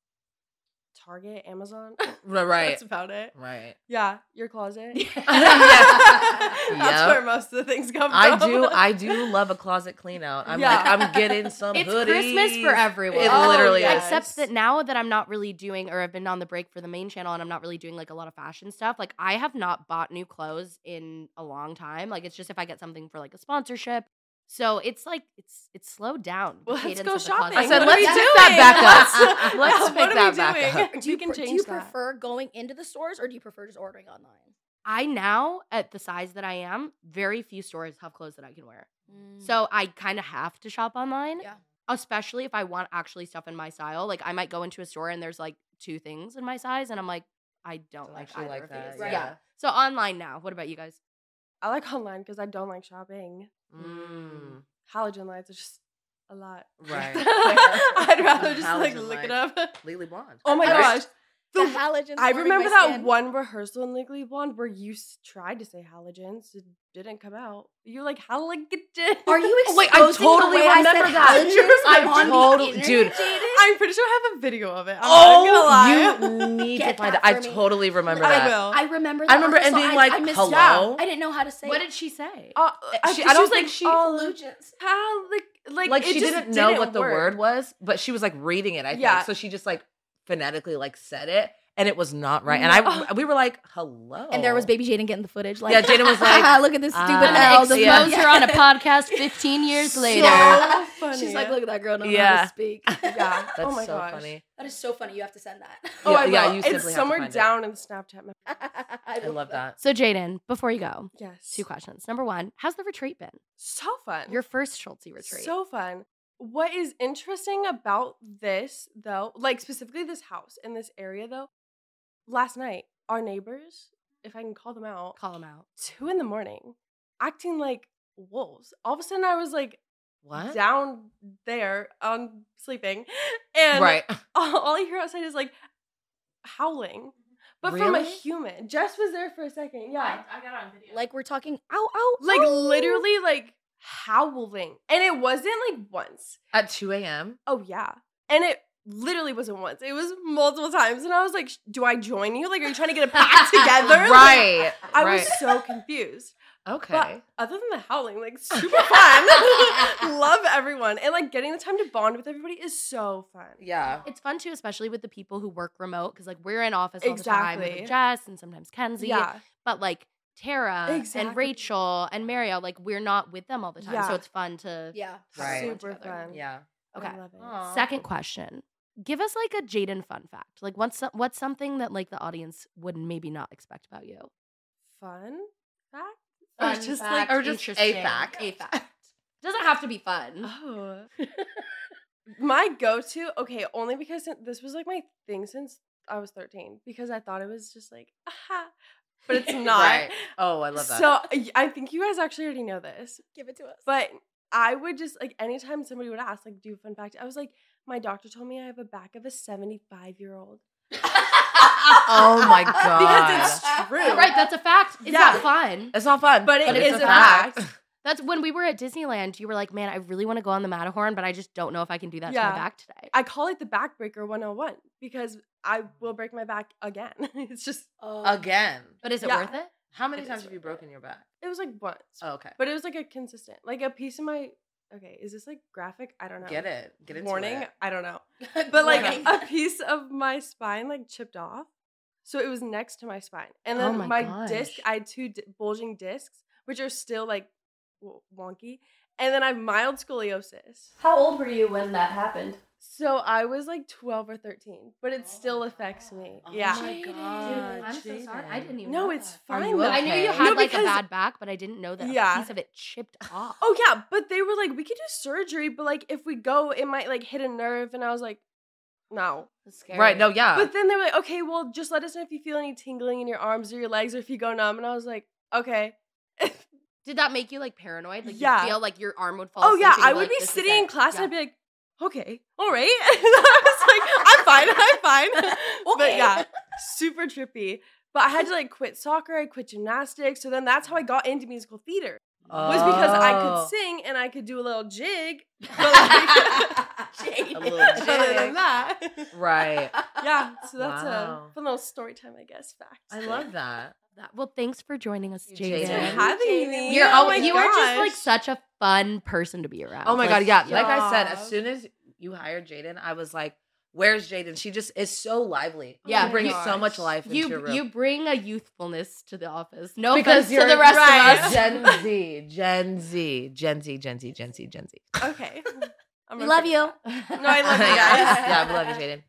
Target, Amazon. <laughs> Right. Right. That's about it. Right. Yeah, your <laughs> closet. Yeah. <laughs> That's Yep. where most of the things come from. I do. I do love a closet clean out. I'm like, Yeah. I'm getting some It's hoodies. Christmas for everyone. It Oh, literally yes. is. Except that now that I'm not really doing, or I've been on the break for the main channel and I'm not really doing like a lot of fashion stuff, like I have not bought new clothes in a long time. Like it's just if I get something for like a sponsorship. So it's like, it's it's slowed down. the Well, let's cadence go of the shopping. closet. I said, What are we let's pick doing? that <laughs> back up. <laughs> Let's- <laughs> Let's what pick are that we back doing? up. We you can pre- change <laughs> Do you that. prefer going into the stores or do you prefer just ordering online? I now, at the size that I am, very few stores have clothes that I can wear. Mm. So I kind of have to shop online. Yeah. Especially if I want actually stuff in my style. Like I might go into a store and there's like two things in my size and I'm like, I don't, Don't like actually either like of that, these. yeah. yeah. So online now. What about <laughs> you guys? <laughs> I like online because I don't like shopping. Mm, Halogen lights are just a lot. Right. <laughs> I'd rather just like Halogen look it lights. up. Legally blonde. Oh my I gosh. was- The, The- halogen. I lowering remember my that skin. one rehearsal in Legally Blonde where you s- tried to say halogens, it didn't come out. You're like halogen. <laughs> Are you Oh, exposing wait, I totally the way I remember said that. halogens? I on the totally- internet, dude. Jaden? I'm pretty sure I have a video of it. I'm not gonna lie. Oh, you need to Get find it. that I for me. totally remember I that. will. I Oh, remember. That I remember and rehearsal. being like, I missed hello. that. I didn't know how to say. What it. did she say? Uh, I she- don't I don't think think she she- Halogens. how like like, like it she just didn't know didn't what the work. word was, but she was like reading it. I think Yeah. so. She just like phonetically like said it, and it was not right. And Mm. Oh. I we were like, hello. And there was baby Jaden getting the footage. Like, Oh. yeah, Jaden <laughs> was "Haha, like, look at this stupid "Ah, L. expose the yeah. fuck." her <laughs> podcast 15 <laughs> So <laughs> funny. She's like, look at that girl. Don't know how Yeah. <laughs> to <laughs> speak. yeah. that's oh my so gosh. funny. That is so funny. You have to send <laughs> that. Oh, Yeah, I yeah, will. you simply have it's to somewhere find it. down in Snapchat. mem- I, I love that. So Jaden, before you go, Yes. two questions. Number one, how's the retreat been? So fun. Your first Schultze retreat. So fun. What is interesting about this, though, like specifically this house in this area, though, last night, our neighbors, if I can call them out, call them out. two in the morning, acting like wolves. All of a sudden, I was like What? down there on sleeping, and right. <laughs> all, all I hear outside is like howling, but from a Really? human. Jess was there for a second. Yeah. got on video. Like we're talking. Ow, ow. Like Oh. ow. literally, like howling. And it wasn't like once. <laughs> At two a.m. oh yeah and it literally wasn't once it was multiple times and i was like "Sh- do i join you like are you trying to <laughs> get it back together Like, Right. i right. was so confused okay. but other than the howling like super fun <laughs> love everyone and like getting the time to bond with everybody is so fun yeah. It's fun too, especially with the people who work remote because like we're in office all the time Exactly. with Jess and sometimes Kenzie. yeah But like Tara Exactly. and Rachel and Mario, like we're not with them all the time. So Yeah. it's fun to Yeah. Right. super Together. fun Yeah. Okay. I love it. Aw. Second question. Give us like a Jaden fun fact. Like what's so- what's something that like the audience would maybe not expect about you? fun fact Fun or just fact, or just a interesting, fact. A fact. Doesn't have to be fun. <laughs> Oh. my go to, okay, only because it- this was like my thing since I was 13 because I thought it was just like, <laughs> aha, but <laughs> it's not. Right. Oh, I love that. So I- I think you guys actually already know this, Give it to us. but I would just like anytime somebody would ask, like, do a fun fact, I was like, my doctor told me I have a back of a 75 year old. oh my god. <laughs> Because it's true. Right, that's a fact. It's Yeah. not fun. It's not fun, But it is a fact. That's when we were at Disneyland. You were like, "Man, I really want to go on the Matterhorn, but I just don't know if I can do that to Yeah. my back today." I call it the backbreaker 101 because I will break my back again. <laughs> it's just, <laughs> Again. Oh. But is it Yeah. worth it? How many It times is have you worth it. broken your back? it was like once, Oh, okay. but it was like a consistent, like a piece of my, okay, is this like graphic? I don't know. Get it. Get into Warning? it. I don't know. <laughs> but like Warning. a piece of my spine like chipped off so it was next to my spine and then Oh my my, disc gosh. i had two di- bulging discs which are still like w- wonky and then i have mild scoliosis How old were you when that happened? so i was like 12 or 13 but Oh it still affects me Oh yeah my Dude, God, I'm so sorry. I Jaden. didn't even. no know it's that. Are fine you though. okay? I knew you okay. had No, like a because- bad back, but I didn't know that Yeah. a piece of it chipped off. oh yeah but they were like we could do surgery but like if we go it might like hit a nerve and i was like no That's scary. Right. No. Yeah. But then they were like, okay, well, just let us know if you feel any tingling in your arms or your legs or if you go numb. And I was like, okay. <laughs> Did that make you like paranoid? Like Yeah. you feel like your arm would fall. oh, asleep yeah. and I you're would like, be "This is sitting in it." class Yeah. and I'd be like, okay, all right. <laughs> And I was like, I'm fine, I'm fine. But Okay. yeah, super trippy. But I had to like quit soccer, I quit gymnastics. So then that's how I got into musical theater was because I could sing and I could do a little jig. But like, A Jade. little <laughs> other jig. than that, <laughs> Right. yeah. So that's Wow. a fun little story time, I guess. Fact. I love that. That- Well, thanks for joining us, Thank you, Jaden. Jaden. Thanks for having me. You're oh al- my you are just like gosh. such a fun person to be around. Oh my god, Like, yeah. Like I said, as job. soon as you hired Jaden, I was like, "Where's Jaden?" She just is so lively. Yeah. she brings so Gosh. much life into your Oh You room. you bring a youthfulness to the office. No because offense you're to the rest right. of us. <laughs> Gen Z, Gen Z, Gen Z, Gen Z, Gen Z, Gen Z. Okay. I'm We love okay. you. No, I love you guys. yeah, we love you, Jaden.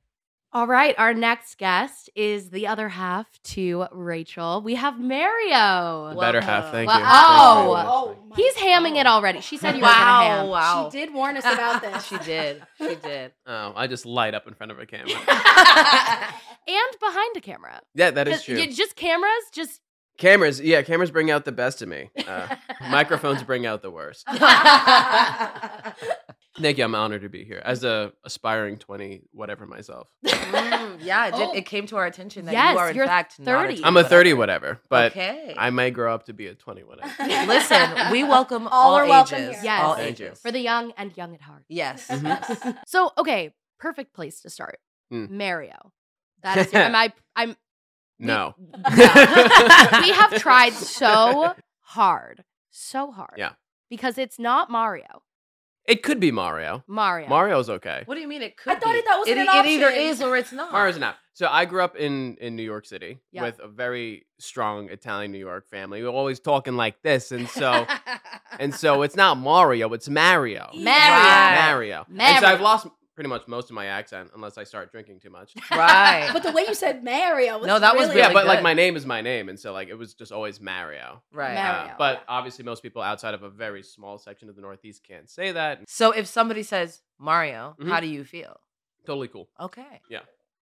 All right, our next guest is the other half to Rachel. We have Mario. Well- Better half, thank Well, you. uh, oh. Thank you very much. my He's hamming it already. She said you were Wow, gonna ham. wow. She did warn <laughs> us about this. She did. She did. Oh, I just light up in front of a camera. <laughs> and behind a camera. yeah, that is Just- true. you- Just cameras, <laughs> just <laughs> Cameras, yeah, cameras bring out the best of me. <laughs> Uh, microphones bring out the <laughs> worst. Thank you. I'm honored to be here as a aspiring 20 whatever myself. <laughs> Mm, <laughs> yeah, it, did, Oh. it came to our attention that Yes, you are in you're fact 30. Not I'm a 30 whatever, but okay. I may grow up to be a 20 whatever. Listen, we welcome all, All are welcome ages. here. Yes. All Thank you. ages. for the young and young at heart. yes. Mhm. yes. So, okay, perfect place to start. Mm. Mario. That is your, am I I'm <laughs> No. <laughs> <laughs> we have tried so hard. So hard. Yeah. Because it's not Mario. It could be Mario. Mario. Mario's okay. What do you mean it could I thought be? it- that was it, e, an it either option. is or it's not. Mario's an app. So I grew up in in New York City Yeah. with a very strong Italian New York family. We were always talking like this, and <laughs> so and so it's not Mario, it's Mario. E, Mario. Wow. Mario. And so I've Mario. lost pretty much most of my accent unless I start drinking too much. <laughs> <laughs> Right. But the way you said Mario was No, that was really- really- yeah, but like good. my name is my name, and so like it was just always Mario. right. Uh, Mario, but yeah. obviously, most people outside of a very small section of the Northeast can't say that. So if somebody says Mario, Mhm. how do you feel? Totally cool. Okay.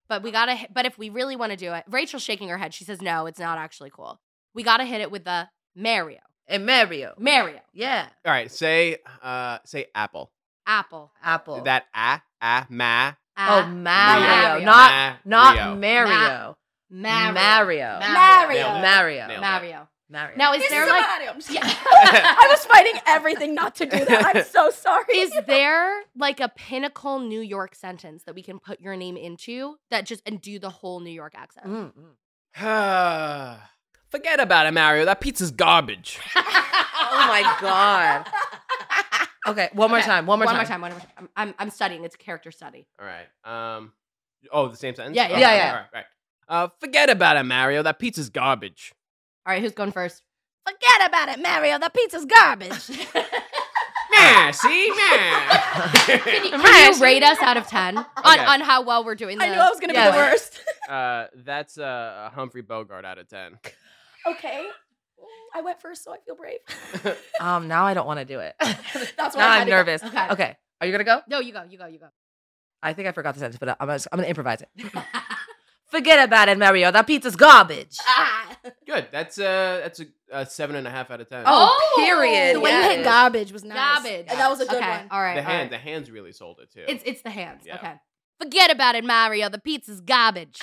But we gotta. hit- But if we really want to do it, Rachel's shaking her head. She says, "No, it's not actually cool. We gotta hit it with the Mario, And Mario. Mario, Yeah. All right, say uh say apple. Apple, Apple. That ah ah ma oh, Ah, Mario. Mario. Not Ma- not Rio. Mario. Mario, Mario. Mario. Nailed it. Nailed it. Mario. Mario. Mario. Now, is This there is a like, Mario. I'm just kidding. <laughs> Yeah. I was fighting everything not to do that. I'm so sorry. is there like a pinnacle New York sentence that we can put your name into that just and do the whole New York accent? Mm, mm. <sighs> Forget about it, Mario. That pizza's garbage. Oh my <laughs> god. Okay, one more Okay, time. One more one time. more time. One more time. I'm, I'm, I'm studying. It's a character study. All right. Um. Oh, the same sentence. Yeah, yeah, Okay, yeah, yeah. All right, right. Uh, forget about it, Mario. That pizza's garbage. <laughs> All right, who's going first? Forget about it, Mario. The pizza's <laughs> garbage. Nah, see, nah. <laughs> Can you, can you rate us out of ten on, Okay. on how well we're doing? The, I knew I was going to Yeah. be the worst. <laughs> uh, that's uh, a Humphrey Bogart out of ten. <laughs> Okay. I went first, so I feel brave. <laughs> Um, now I don't want to do <laughs> it. That's why now I had I'm to go- nervous. Okay. Okay. Are you gonna go? No, you go. You go. You go. I think I forgot the sentence, but I'm gonna, I'm gonna improvise it. <laughs> Forget about it, Mario. That pizza's <laughs> garbage. Good. That's uh that's a, a seven and a half out of ten. Oh, period. The way you yes. hit garbage was nice. Garbage. That was a good okay, one. All right. the all right. hand, the hands really sold it too. It's it's the hands. Yeah. Okay. Forget about it, Mario. The pizza's garbage.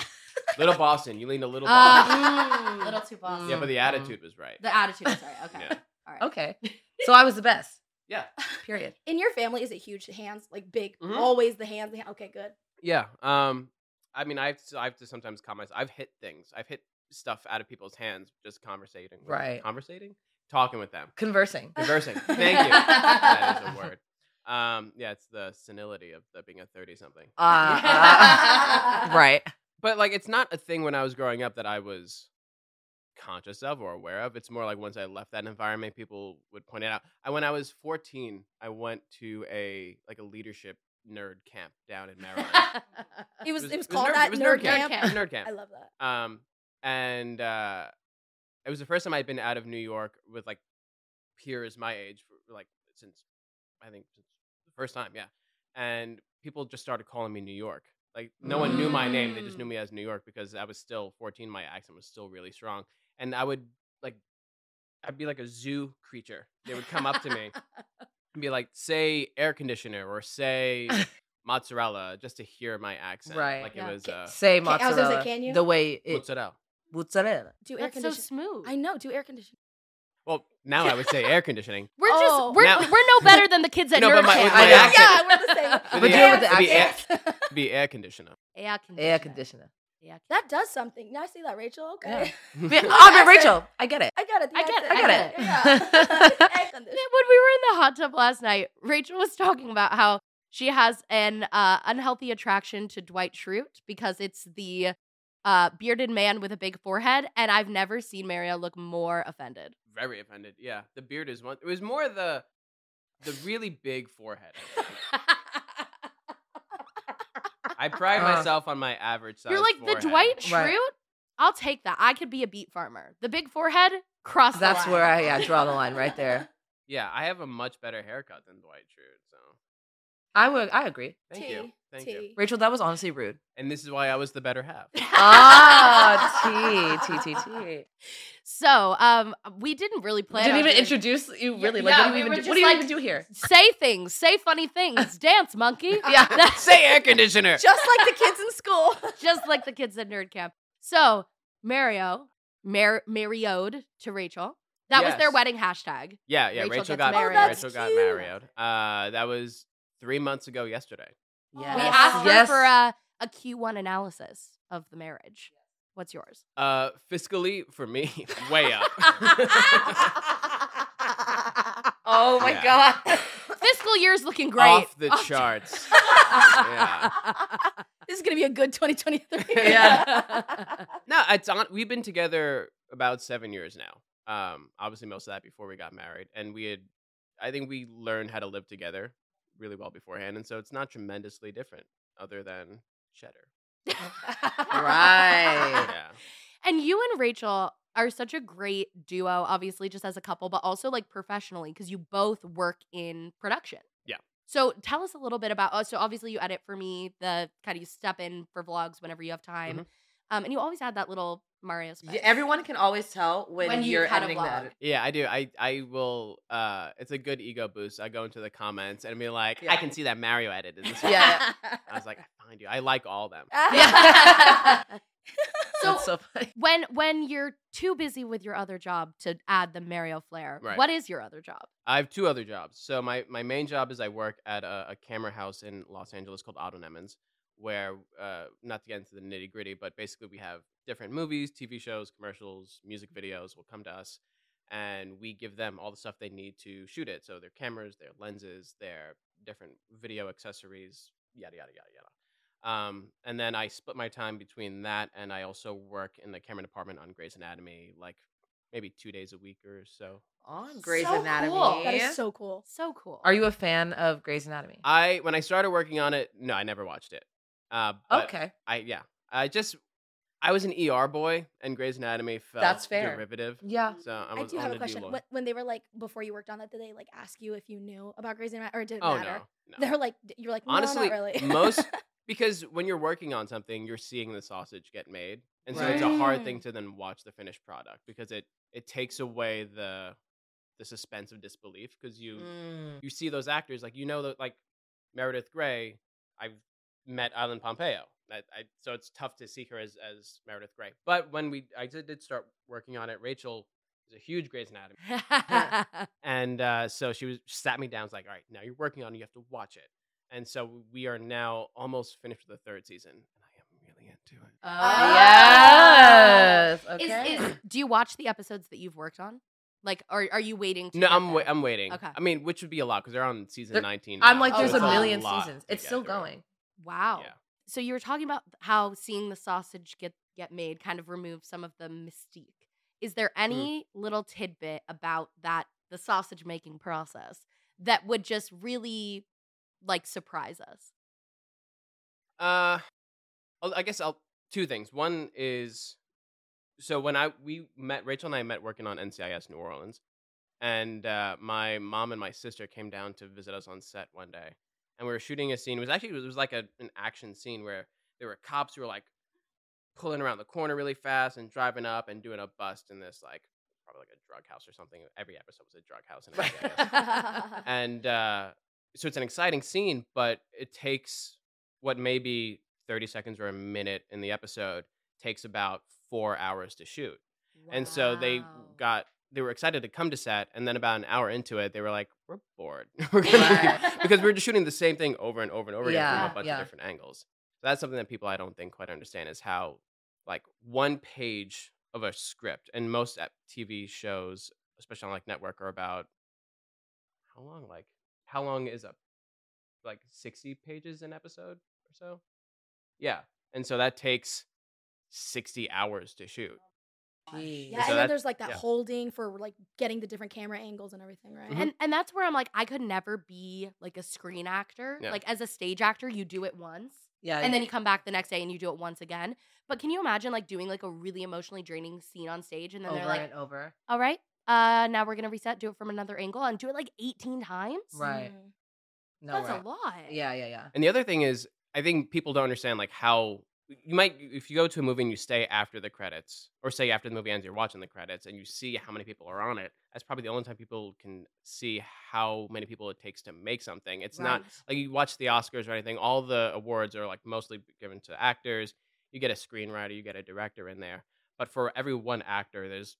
little Boston. You leaned a <laughs> little Boston. Uh, Mm. little too bossy. yeah, but the attitude was right. The attitude. I'm Sorry. Okay. <laughs> Yeah. All right. Okay. So I was the best. Yeah. Period. In your family, is it huge? Hands like big, Mhm. always the hands. The hand. Okay, good. Yeah. Um, I mean, I have to, I have to sometimes comment. I've hit things. I've hit stuff out of people's hands just conversating. with- Right. Conversating, talking with them, Conversing. <laughs> conversing. Thank you. That is a word. Um, yeah, it's the senility of the, being a thirty-something. Uh, <laughs> uh, right. But like, it's not a thing when I was growing up that I was conscious of or aware of. It's more like once I left that environment, people would point it out. I, when I was fourteen, I went to a like a leadership nerd camp down in Maryland. <laughs> It was it was, called that it was nerd camp. It was nerd camp. I love that. Um, and uh, it was the first time I'd been out of New York with like peers my age, for, like since I think since the first time, yeah. And people just started calling me New York. Like no one knew my name; they just knew me as New York because I was still 14. My accent was still really strong, and I would like, I'd be like a zoo creature. They would come up to <laughs> me and be like, "Say air conditioner" or <laughs> "Say mozzarella," just to hear my accent. Right. Like Yeah. it was uh, Say Okay, I was gonna say, mozzarella. can you? The way it mozzarella. mozzarella. Do air That's so conditioning. smooth. I know. Do air conditioning. Well, now I would <laughs> say air conditioning. we're Oh. just we're, Now- <laughs> we're no better than the kids at No, nerd but my- camp. with my I know. accent, Yeah, we're the <laughs> same. With But the deal air- with the with the accent. be air conditioner. Air conditioner. Air conditioner. Air con- That does something. Now I see that, Rachel. Okay. Yeah. All <laughs> <laughs> Yeah, oh, but Accent. Rachel, I get it. I got it. the I get it, accent. I get it. Yeah. Air conditioning. Yeah, when we were in the hot tub last night, Rachel was talking about how she has an uh, unhealthy attraction to Dwight Schrute because it's the uh, bearded man with a big forehead, and I've never seen Mario look more offended. Very offended. Yeah, the beard is one. It was more the the really big forehead. I think. I pride Uh. myself on my average size. You're like forehead. the Dwight Schrute. Right. I'll take that. I could be a beet farmer. The big forehead, cross. the That's line. where I yeah, draw the line right there. Yeah, I have a much better haircut than Dwight Schrute. So I would. I agree. thank Tea. you, thank you. Tea. Rachel, that was honestly rude. And this is why I was the better <laughs> half. Ah, T, T, T. You <laughs> So, um, we didn't really plan. didn't on even doing- introduce you, really. <laughs> Yeah, like, what do you yeah, we were even do? just What do you like- even do here? Say things, say funny things, dance, monkey. <laughs> <laughs> Yeah. Say air conditioner. Just like the kids in <laughs> school. just like the kids at nerd camp. So Mario, Mar- Marioed to Rachel. That was their Yes. wedding hashtag. Yeah, yeah. Rachel Rachel, gets got married. married. Oh, that's Rachel got cute. married. Uh, that was three months ago yesterday. Yes. We asked Yes. her for a, a Q1 analysis of the marriage. What's yours? Uh, fiscally for me, <laughs> way up. oh my Yeah. god. <laughs> Fiscal year's looking great. <laughs> Off the charts. <laughs> Yeah. <laughs> This is gonna be a good 2023. yeah. <laughs> No, it's on. We've been together about seven years now. Um, obviously most of that before we got married, and we had, I think we learned how to live together really well beforehand, and so it's not tremendously different, other than cheddar. Right. Yeah, <laughs> And you and Rachel are such a great duo, obviously, just as a couple, but also like professionally, because you both work in production. Yeah. So tell us a little bit about. Oh, so obviously, you edit for me, the kind of you step in for vlogs whenever you have time. Mhm. Um, and you always had that little Mario space. Yeah, Everyone can always tell when, When you you're had a editing vlog. that. yeah, I do. I I will. Uh, it's a good ego boost. I go into the comments and be like, Yeah. I can see that Mario edit. Is this one." Yeah. I was like, I find you. I like all them. <laughs> Yeah. So, <laughs> That's so funny. when when you're too busy with your other job to add the Mario flair, Right. what is your other job? I have two other jobs. So my, my main job is I work at a, a camera house in Los Angeles called Otto Nemens, where uh, not to get into the nitty gritty, but basically we have different movies, TV shows, commercials, music videos will come to us, and we give them all the stuff they need to shoot it. So their cameras, their lenses, their different video accessories, yada yada yada yada. Um, and then I split my time between that and I also work in the camera department on Grey's Anatomy, like maybe two days a week or so. On Grey's So Anatomy. cool. That is so cool. So cool. Are you a fan of Grey's Anatomy? I when I started working on it, no, I never watched it. Uh, but okay. I yeah, I just I was an ER boy, and Grey's Anatomy felt That's fair. derivative. Yeah. So I I was do have on a question. doula. When, when they were like, before you worked on that, did they like ask you if you knew about Grey's Anatomy or did it oh matter? no, no. They're like, d- you're like, no, Honestly, not really. most <laughs> because when you're working on something, you're seeing the sausage get made, and so it's a hard Right. thing to then watch the finished product because it it takes away the the suspense of disbelief because you Mm. you see those actors like you know that like Meredith Grey, I've met Island Pompeo. I, I, so it's tough to see her as as Meredith Grey. But when we I did, did start working on it, Rachel is a huge Grey's Anatomy, and uh, so she was she sat me down. Was like, all right, now you're working on it. You have to watch it. And so we are now almost finished with the third season, and I am really into it. Oh, yes. Okay. Oh. Ah. Is, is do you watch the episodes that you've worked on? Like, are are you waiting? To No, get I'm wai- there? I'm waiting. Okay. I mean, which would be a lot because they're on season There- 19. I'm now, like, so there's a it's million lot seasons. to It's get still through. going. Wow. Yeah. So you were talking about how seeing the sausage get get made kind of removed some of the mystique. Is there Mm. any little tidbit about that the sausage making process that would just really like surprise us? Uh, I'll- I guess I'll two things. One is so when I we met Rachel and I met working on NCIS New Orleans, and uh, my mom and my sister came down to visit us on set one day, and we were shooting a scene. It was actually it was like a, an action scene where there were cops who were like pulling around the corner really fast and driving up and doing a bust in this like probably like a drug house or something. Every episode was a drug house <laughs> in NCIS and uh, so it's an exciting scene, but it takes what may be 30 seconds or a minute in the episode takes about four hours to shoot. And so they Wow. got they were excited to come to set, and then about an hour into it, they were like, "We're bored," <laughs> We're gonna leave." <laughs> because we were just shooting the same thing over and over and over again from Yeah, a bunch yeah. of different angles. So that's something that people I don't think quite understand is how like one page of a script, and most ep- TV shows, especially on like network, are about how long? Like how long is a like sixty pages an episode or so? Yeah, and so that takes sixty hours to shoot. Jeez. <laughs> Yeah, So and that- then there's like that yeah. holding for like getting the different camera angles and everything, right? Mhm. And and that's where I'm like, I could never be like a screen actor. Yeah. Like as a stage actor, you do it once. Yeah. and then you come back the next day and you do it once again. But can you imagine like doing like a really emotionally draining scene on stage and then over they're like, and over. "All right, uh, now we're gonna reset, do it from another angle, and do it like eighteen times." Right. Mm. No. That's right. a lot. Yeah, yeah, yeah. And the other thing is, I think people don't understand like how you might if you go to a movie and you stay after the credits or stay after the movie ends, you're watching the credits and you see how many people are on it. That's probably the only time people can see how many people it takes to make something. It's not like you watch the Oscars or anything. All the awards are like mostly given to actors. You get a screenwriter, you get a director in there. But for every one actor, there's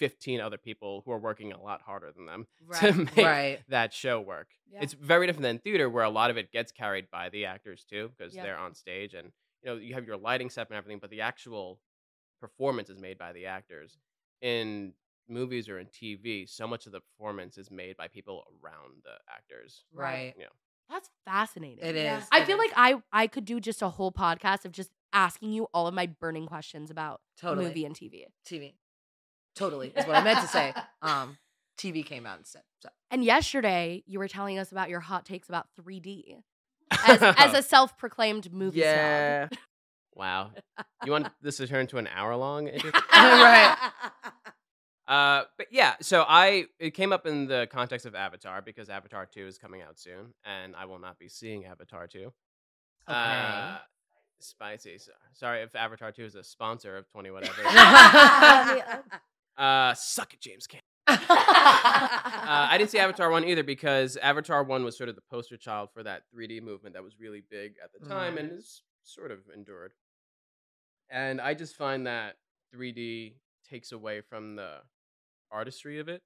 15 other people who are working a lot harder than them <laughs> to make Right. that show work. Yeah. It's very different than theater, where a lot of it gets carried by the actors too, because Yeah. they're on stage and you know you have your lighting set and everything, but the actual performance is made by the actors. In movies or in TV, so much of the performance is made by people around the actors. Right. Yeah. That's fascinating. It is. Yeah. I it feel is. like I I could do just a whole podcast of just asking you all of my burning questions about totally movie and TV. <laughs> TV. Totally is what I meant to say. Um, TV came out instead. So. And yesterday, you were telling us about your hot takes about <laughs> 3D as, as a self-proclaimed movie snob. Wow. You want this to turn to an hour long? <laughs> right. <laughs> Uh, but yeah, so I it came up in the context of Avatar because Avatar Two is coming out soon, and I will not be seeing Avatar Two. Okay. Uh, spicy. So, sorry if Avatar Two is a sponsor of Twenty <laughs> Whatever. <laughs> uh, suck it, James Cameron. <laughs> Uh, I didn't see Avatar One either because Avatar One was sort of the poster child for that 3D movement that was really big at the time Mhm. and is sort of endured. And I just find that 3D takes away from the artistry of it,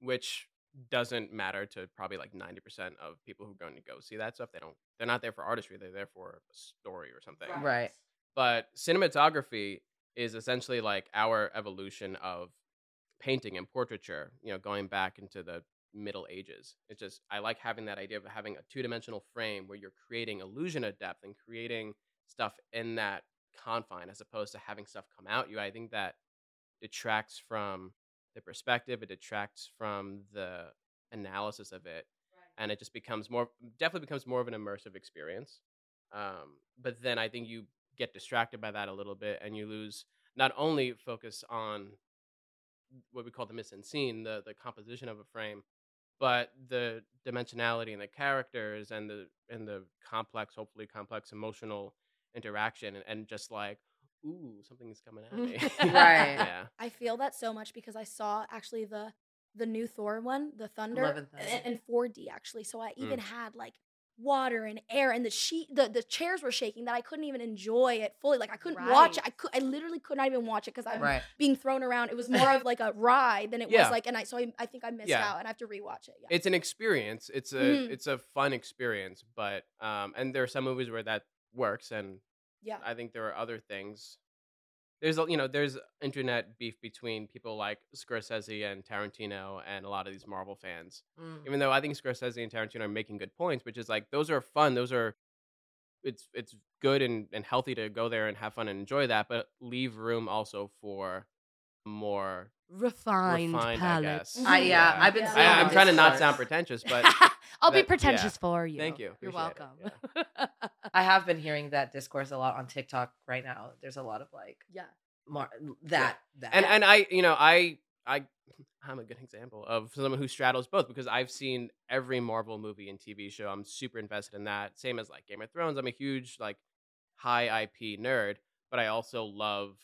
which doesn't matter to probably like 90% of people who are going to go see that stuff. They don't they're not there for artistry, they're there for a story or something right. but cinematography is essentially like our evolution of painting and portraiture you know going back into the middle ages it's just i like having that idea of having a two-dimensional frame where you're creating illusion of depth and creating stuff in that confine as opposed to having stuff come out you i think that detracts from the perspective it detracts from the analysis of it and it just becomes more definitely becomes more of an immersive experience um, but then i think you get distracted by that a little bit and you lose not only focus on what we call the mise en scene, the, the composition of a frame, but the dimensionality and the characters and the and the complex, hopefully complex emotional interaction and, and just like, ooh, something's coming <laughs> at me. <laughs> Right. yeah. I feel that so much because I saw actually the the new Thor one, the Thunder, Love and Thunder. in 4D actually. So I even had like water and air, and the sheet, the the chairs were shaking that I couldn't even enjoy it fully. Like I couldn't watch it. I Right. could, I literally could not even watch it because I'm Right. being thrown around. It was more of like a ride than it Yeah. was like, and I so I, I think I missed Yeah. out, and I have to rewatch it. Yeah. it's an experience. It's a Mm-hmm. Mhm. it's a fun experience, but um, and there are some movies where that works, and yeah. I think there are other things. There's a- you know there's internet beef between people like Scorsese and Tarantino and a lot of these Marvel fans. Mm. Even though I think Scorsese and Tarantino are making good points, which is like those are fun. Those are it's it's good and, and healthy to go there and have fun and enjoy that, but leave room also for more Refined, refined, palate. I guess. I, yeah, Yeah. I've been. Yeah. Seeing I, all I'm this trying to not stuff. sound pretentious, but <laughs> I'll be that- pretentious yeah. for you. Thank you. You're Appreciate welcome. it. <laughs> I have been hearing that discourse a lot on TikTok right now. There's a lot of like, Yeah. mar- that that and and I you know I I I'm a good example of someone who straddles both because I've seen every Marvel movie and TV show. I'm super invested in that. Same as like Game of Thrones. I'm a huge like high IP nerd, but I also love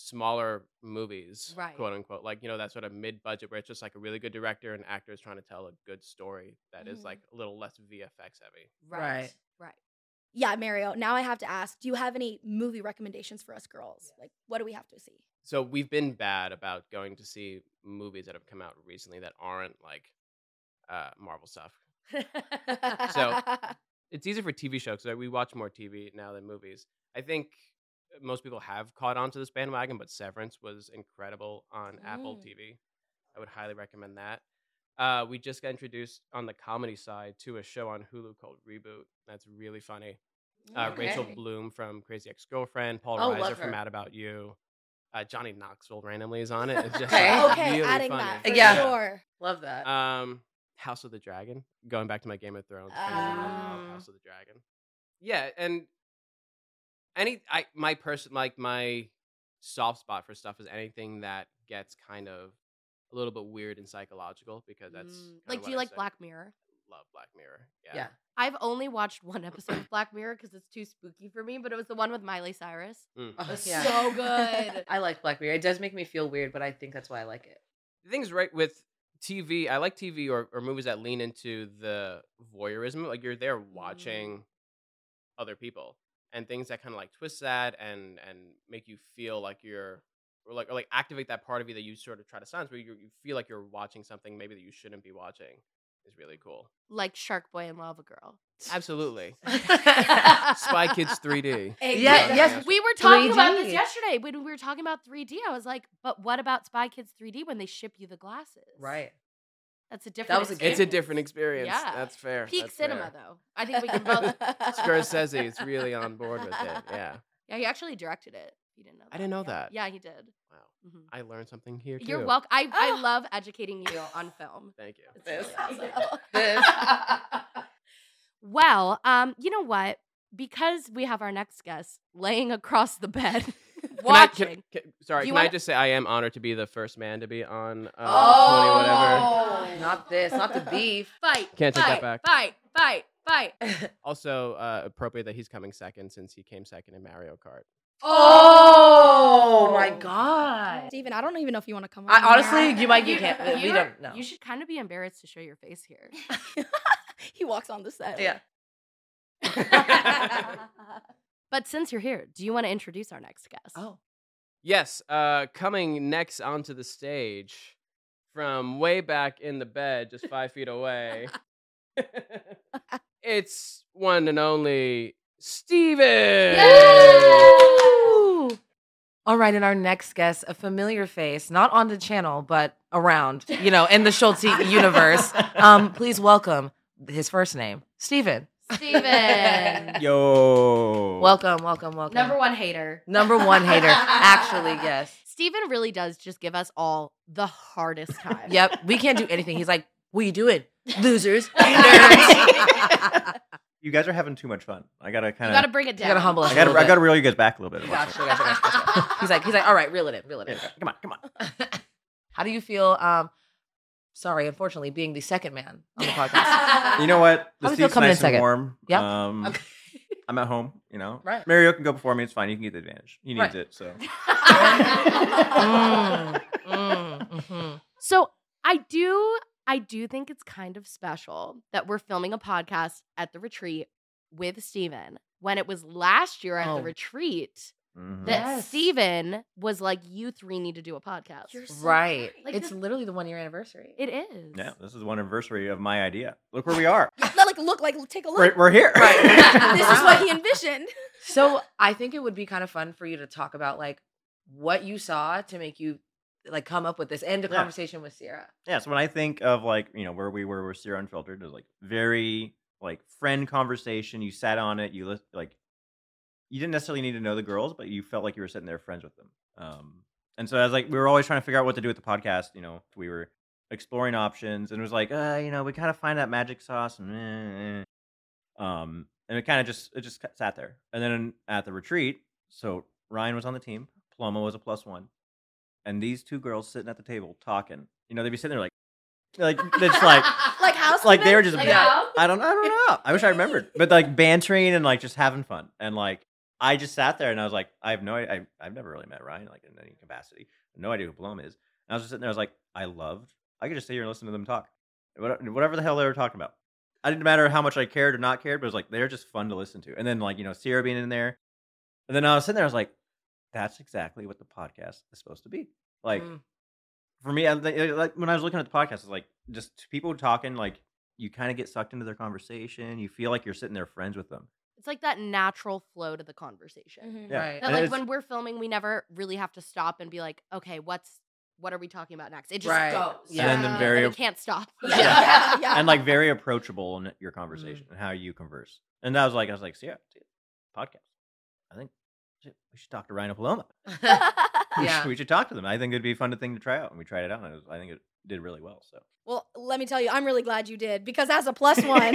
smaller movies, Right. quote unquote. Like you know that sort of mid budget where it's just like a really good director and actors trying to tell a good story that is Mhm. like a little less VFX heavy. Right. Mm-hmm. Right. Yeah, Mario. Now I have to ask: Do you have any movie recommendations for us girls? Like, what do we have to see? so we've been bad about going to see movies that have come out recently that aren't like uh, Marvel stuff. So- It's easier for TV shows because we watch more TV now than movies. I think most people have caught on to this bandwagon, but Severance was incredible on Apple Mm. TV. I would highly recommend that. Uh, we just got introduced on the comedy side to a show on Hulu called Reboot. That's really funny. Uh, Rachel Okay. Bloom from Crazy Ex Girlfriend, Paul Oh, love Reiser her. from Mad About You, uh, Johnny Knoxville randomly is on it. It's just <laughs> Okay. like, okay, really adding funny. that. For Yeah. Sure. love that. Um, House of the Dragon. Going back to my Game of Thrones, fandom, Uh. I love Ah. House of the Dragon. Yeah, and any I my person like my soft spot for stuff is anything that gets kind of a little bit weird and psychological because that's Mm. kinda like, what do you I like study. Black Mirror? Love Black Mirror. Yeah. yeah. I've only watched one episode of Black Mirror because it's too spooky for me, but it was the one with Miley Cyrus. Mm. <laughs> Oh, It's yeah. <laughs> so good. I like Black Mirror. It does make me feel weird, but I think that's why I like it. the thing's right with TV. I like TV or, or movies that lean into the voyeurism. Like you're there watching other people and things that kind of like twist that and and make you feel like you're or like or like activate that part of you that you sort of try to silence, where you you feel like you're watching something maybe that you shouldn't be watching. Is really cool. like Shark Boy and Lava Girl. <laughs> Absolutely. Spy Spy Kids 3D. Yeah, yes. We were talking about 3D. this yesterday when we were talking about 3D. I was like, but what about Spy Kids 3D when they ship you the glasses? Right. That's a different. That was a It's a different experience. Yeah. That's fair. Peak That's cinema, fair. though. I think we can both. <laughs> Scorsese is really on board with <laughs> it. Yeah. Yeah, he actually directed it. You didn't know. That. I didn't know Yeah. that. Yeah, he did. Wow. Mhm. I learned something here too. You're welcome. I, I love educating you on film. <laughs> Thank you. It's This. really <laughs> This. <laughs> Well, um, you know what? Because we have our next guest laying across the bed, Can <laughs> I- watching. can- can- sorry, You can I wanna- just say I am honored to be the first man to be on uh, Tony whatever. oh, not this, not the <laughs> beef. Fight. Can't take fight, that back. Fight. Fight. <laughs> Fight. Also uh, appropriate that he's coming second since he came second in Mario Kart. Oh my god. Steven, I don't even know if you want to come. I on honestly, you <laughs> might you can't. We you're- don't know. You should kind of be embarrassed to show your face <laughs> here. he walks on the set. Yeah. <laughs> but since you're here, do you want to introduce our next guest? Oh. Yes, uh, coming next onto the stage from way back in the bed, <laughs> just five feet away. <laughs> it's one and only Steven. All right, and our next guest, a familiar face, not on the channel, but around, you know, in the <laughs> Schulte universe. Um, please welcome his first name, Steven. <laughs> Steven. Yo. Welcome, welcome, welcome. Number one hater. Number one <laughs> hater. Actually, yes. Steven really does just give us all the hardest <laughs> time. Yep. We can't do anything. He's like, what you doing? <laughs> Losers. Nerds. Nerds. You guys are having too much fun. I gotta You kind got to of. bring it down. gotta humble us I a gotta. little I bit. gotta reel you guys back a little bit. Gotcha, gotcha, gotcha, <laughs> gotcha. He's like, he's like, all right, reel it in, reel it in. Yeah, Come on, come on. How do you feel um Sorry, unfortunately, being the second man on the podcast. You know <laughs> what? I The was seat's gonna come in nice second. and warm. Yep. Um, Okay. I'm at home. You know, <laughs> Right. Mario can go before me. It's fine. You can get the advantage. He needs Right. it. <laughs> So Mm, mm, mhm. So I do I do think it's kind of special that we're filming a podcast at the retreat with Steven when it was last year at Oh. Mm-hmm. the retreat Mhm. that Yes. Steven was like, You three need to do a podcast. Right. Like it's this- literally the one year anniversary. it is. yeah, this is one anniversary of my idea. Look where we <laughs> are. Let- like look, like take a look. We're, we're here. <laughs> Right. this is what he envisioned. So I think it would be kind of fun for you to talk about like what you saw to make you like come up with this and a Yeah. conversation with Sierra. Yeah, so when I think of like, you know, where we were with Sierra Unfiltered, it was like very like friend conversation. You sat on it, you lis- like you didn't necessarily need to know the girls, but you felt like you were sitting there friends with them. Um and so I was like we were always trying to figure out what to do with the podcast, you know, we were exploring options and it was like, uh, you know, we kind of find that magic sauce and eh, eh, eh. um and it kind of just it just sat there. And then at the retreat, so Ryan was on the team, Paloma was a plus one and these two girls sitting at the table talking. You know, they'd be sitting there like, like it's like, <laughs> Like house. like they were just. Yeah. I don't, I don't know. I wish I remembered, but like bantering and like just having fun, and like I just sat there and I was like, I have no, I, I've never really met Ryan like in any capacity. No idea who Blum is. And I was just sitting there. I was like, I loved. I could just sit here and listen to them talk, What- whatever the hell they were talking about. I didn't matter how much I cared or not cared, but it was like they're just fun to listen to. And then like you know Sierra being in there, and then I was sitting there. I was like, that's exactly what the podcast is supposed to be. Like Mm. for me, I, like like, when I was looking at the podcast, it's like just people talking. Like you kind of get sucked into their conversation. You feel like you're sitting there friends with them. It's like that natural flow to the conversation. Yeah. Right. That And like it's- when we're filming, we never really have to stop and be like, Okay, what's what are we talking about next? It just Right. goes. Yeah. And then the very we can't <laughs> stop. Yeah. Yeah. Yeah. yeah. and like very approachable in your conversation and how you converse. And that was like I was like, so yeah, dude, podcast. I think shit, we should talk to Ryan and Paloma. <laughs> We should- yeah. we should talk to them. I think it'd be a fun thing to try out, and we tried it out, and it was, I think it did really well. So Well, let me tell you, I'm really glad you did because that's <laughs> a plus <laughs> one.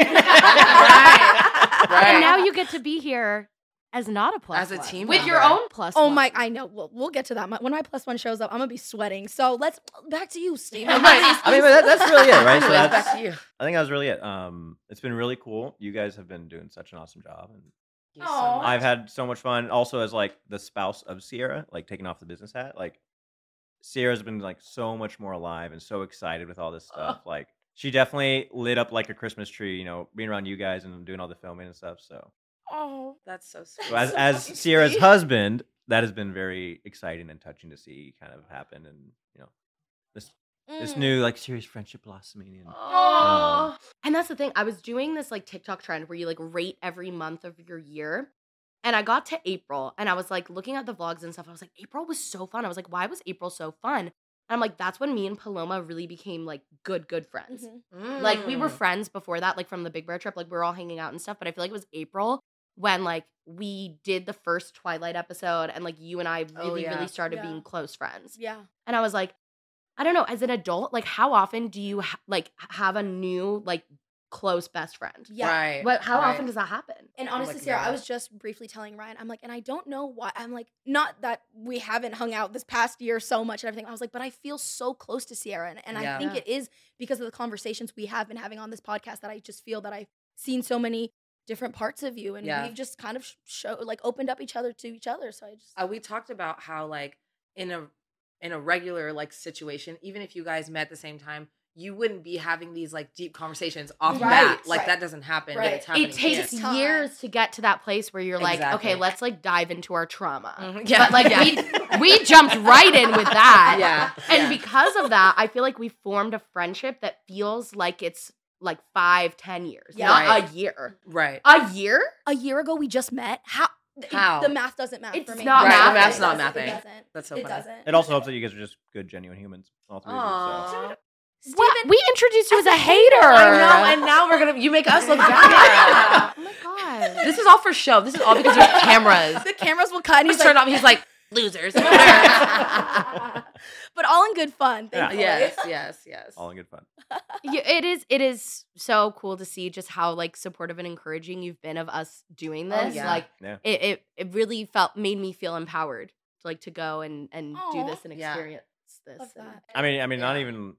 Right. Right. And now you get to be here as not a plus As a one, team with your member. own plus. Oh one. my! I know. We'll, we'll get to that. My- When my plus one shows up, I'm gonna be sweating. So let's back to <laughs> you, Steven. Right. I mean, but that, that's really it, right? <laughs> So Anyways, that's back to you. I think that was really it. Um, it's been really cool. You guys have been doing such an awesome job, and Thank you so much. I've had so much fun. Also, as like the spouse of Sierra, like taking off the business hat, like Sierra's been like so much more alive and so excited with all this Oh. stuff. Like she definitely lit up like a Christmas tree, you know, being around you guys and doing all the filming and stuff. <laughs> So, Oh, that's so sweet. so as <laughs> as Sierra's husband, that has been very exciting and touching to see kind of happen, and you know, this Mm. this new like serious friendship blossoming. And, Oh. Um, And that's the thing. I was doing this like TikTok trend where you like rate every month of your year. And I got to April and I was like looking at the vlogs and stuff. I was like, April was so fun. I was like, why was April so fun? And I'm like, that's when me and Paloma really became like good, good friends. Like we were Mm. friends before that, like from the Big Bear trip, like we were all hanging out and stuff. But I feel like it was April when like we did the first Twilight episode and like you and I Oh, really, yeah. really started Yeah. being close friends. <laughs> Yeah. And I was like, I don't know, as an adult, like how often do you ha- like h- have a new like close best friend? Yeah. Right. What how right. often does that happen? And honestly, like, Sarah, I no. was just briefly telling Ryan, I'm like, and I don't know why. I'm like, not that we haven't hung out this past year so much and everything. I was like, but I feel so close to Sierra. And, and Yeah. I think Yeah. it is because of the conversations we have been having on this podcast that I just feel that I've seen so many different parts of you. And Yeah. we've just kind of sh- show, like opened up each other to each other. So I just, uh, we talked about how like in a in a regular like situation, even if you guys met at the same time, you wouldn't be having these like deep conversations off Right, that. Like right. that doesn't happen. But Right. it's happening. It here. takes It's time. years to get to that place where you're like, Exactly. okay, let's like dive into our trauma. Mm-hmm, Mhm. But like yeah. we we jumped right in with that. yeah. And yeah. because of that, I feel like we formed a friendship that feels like it's like five, ten years, Yeah. not Right. a year. right. A year? a year ago, we just met. How? th- it- How? The math doesn't math It's for me. not Right, the It math's not doesn't. mathing. It doesn't. That's so it funny. doesn't. it also helps that you guys are just good, genuine humans. All three of you. So. Aw. What? We introduced you as, a hater. I know, and now we're gonna you make us look bad. oh my god. this is all for show. This is all because there's cameras. The cameras will cut. And He's he's like, turned off. He's <laughs> like <laughs> losers. <laughs> but all in good fun. Yeah. thankfully. yes, yes, yes. All in good fun. yeah, it is it is so cool to see just how like supportive and encouraging you've been of us doing Oh, this yeah. like Yeah. it, it it really felt made me feel empowered to like to go and and do Aw. this and Yeah. experience this Love and- that. I mean, I mean, not Yeah. even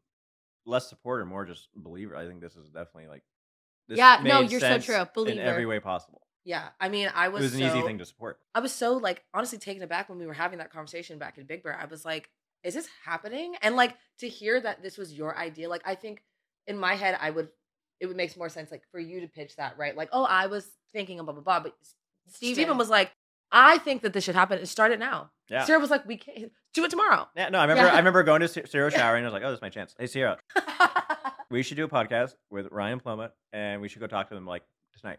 less supporter, more just believer. I think this is definitely like this Yeah, no, made you're so sense true. in every Believer. way possible. Yeah, I mean, I It was. was an easy so- thing to support. I was so like honestly taken aback when we were having that conversation back in Big Bear. I was like, is this happening? And like to hear that this was your idea, like I think in my head I would it would makes more sense like for you to pitch that, right? Like, oh, I was thinking of blah blah blah. But S- Steven, Steven. was like, I think that this should happen. Start it now. Yeah. Sarah was like, we can't do it tomorrow. Yeah, no, I remember. Yeah. I remember going to Sa- Sarah shower and I was like, "Oh, this is my chance." Hey, Sarah, we should do a podcast with Ryan Plummet, and we should go talk to them like tonight.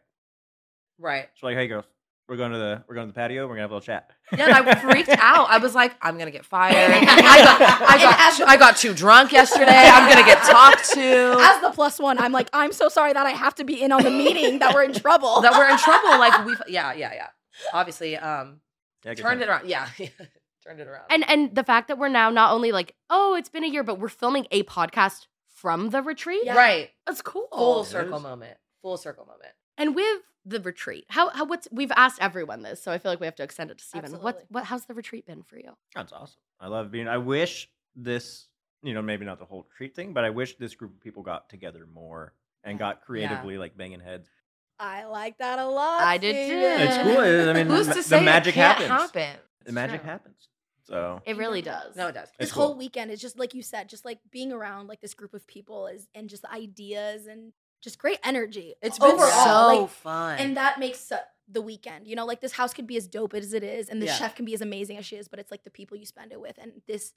<laughs> right. So like, hey girls, we're going to the we're going to the patio. We're gonna have a little chat. Yeah, and I freaked out. I was like, I'm gonna get fired. I got, <laughs> I got, too, I got too drunk yesterday. <laughs> I'm gonna get talked to. As the plus one, I'm like, I'm so sorry that I have to be in on the meeting that we're in trouble. that we're in trouble. Like we, yeah, yeah, yeah. Obviously, um, Yeah, good turned time. it around. Yeah, <laughs> turned it around. And and the fact that we're now not only like, oh, it's been a year, but we're filming a podcast from the retreat. right, That's cool. full it circle is. moment. Full circle moment. And with the retreat, how how what's we've asked everyone this, so I feel like we have to extend it to Stephen. What Absolutely. what how's the retreat been for you? That's awesome. I love being. I wish this, you know, maybe not the whole treat thing, but I wish this group of people got together more and got creatively like banging heads. <laughs> I like that a lot. I did Steven. too. It's cool. I mean, <laughs> Who's ma- to the say it magic can't happens. happen? The magic true. happens. So It really does. No, it does. This It's whole cool. weekend is just like you said, just like being around like this group of people is and just ideas and just great energy. It's been overall, so like, fun. and that makes su- the weekend. You know, like this house could be as dope as it is, and the Yeah. chef can be as amazing as she is, but it's like the people you spend it with, and this,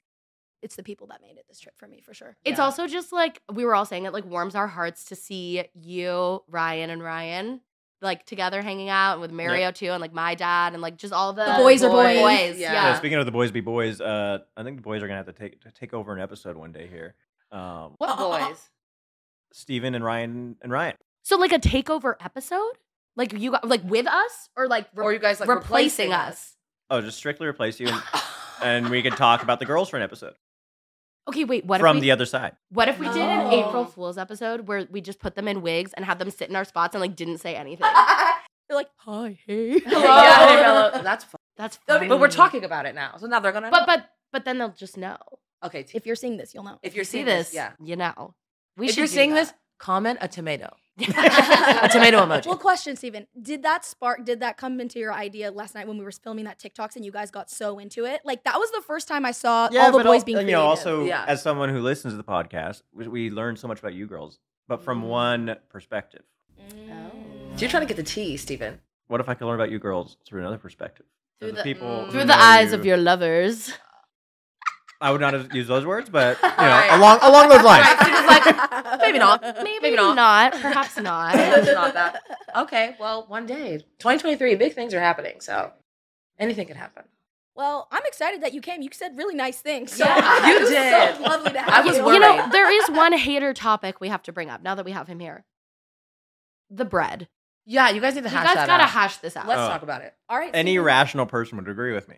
it's the people that made it this trip for me for sure. It's Yeah. also just like we were all saying it like warms our hearts to see you, Ryan and Ryan like together hanging out with Mario too and like my dad and like just all the, The boys are boys. Yeah. Yeah. So speaking of the boys be boys, uh, I think the boys are gonna have to take to take over an episode one day here. Um, what boys? <laughs> Steven and Ryan and Ryan. So like a takeover episode? Like you got like with us or like re- Or you guys like replacing, us? Oh, just strictly replace you, <laughs> and, and we can talk about the girls for an episode Okay, wait, what from if we, the other side. what if we did an Oh. April Fools episode where we just put them in wigs and had them sit in our spots and like didn't <laughs> say anything? They're like, hi, hey, Hello. <laughs> Yeah. hello. That's fun. That's But- But we're funny. talking about it now, so now they're gonna. But know. but but then they'll just know. okay, t- If you're seeing this, you'll know. if you're See seeing this, this, yeah. you know. We if should you're do seeing that. this, comment a tomato. A tomato <laughs> emoji. <laughs> Well, question, Steven. Did that spark, did that come into your idea last night when we were filming that TikToks and you guys got so into it? Like, that was the first time I saw Uh, all the but boys al- being and, creative. you know, also Yeah. as someone who listens to the podcast, we, we learn so much about you girls, but from one perspective. So you're trying to get the tea, Stephen. What if I could learn about you girls through another perspective? Through the- people, who through know the eyes you- of your lovers. I would not have used those words, but you know, Right. along along those lines. Maybe not. <laughs> Maybe, Maybe not. not. <laughs> Perhaps It's not. not that. Okay, well, one day, 2023, big things are happening. So anything could happen. Well, I'm excited that you came. You said really nice things. So <laughs> Yeah, you it was so did. lovely to I have was you. worried. you know, there is one hater topic we have to bring up now that we have him here. The bread. Yeah, you guys need to You hash guys that gotta out. hash this out. Let's Oh. <laughs> talk about it. All right. Any Steven. rational person would agree with me.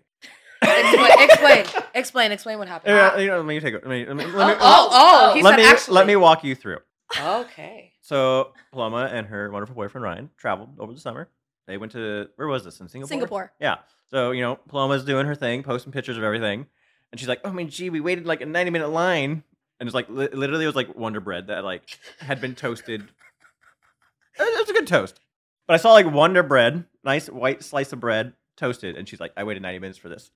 Explain, explain, <laughs> explain, explain what happened. Yeah, Uh, you know, let me take it. Let me, let me, let Oh, me, Ah. oh, oh, he let, said me actually. let me walk you through. Okay. So Paloma and her wonderful boyfriend Ryan traveled over the summer. They went to where was this in Singapore? Singapore. Yeah. So you know, Paloma's doing her thing, posting pictures of everything, and she's like, "Oh, I mean, gee, we waited like a ninety-minute line." And it's like li- literally, it was like Wonder Bread that like had been toasted. It was, it was a good toast, but I saw like Wonder Bread, nice white slice of bread, toasted, and she's like, "I waited ninety minutes for this,"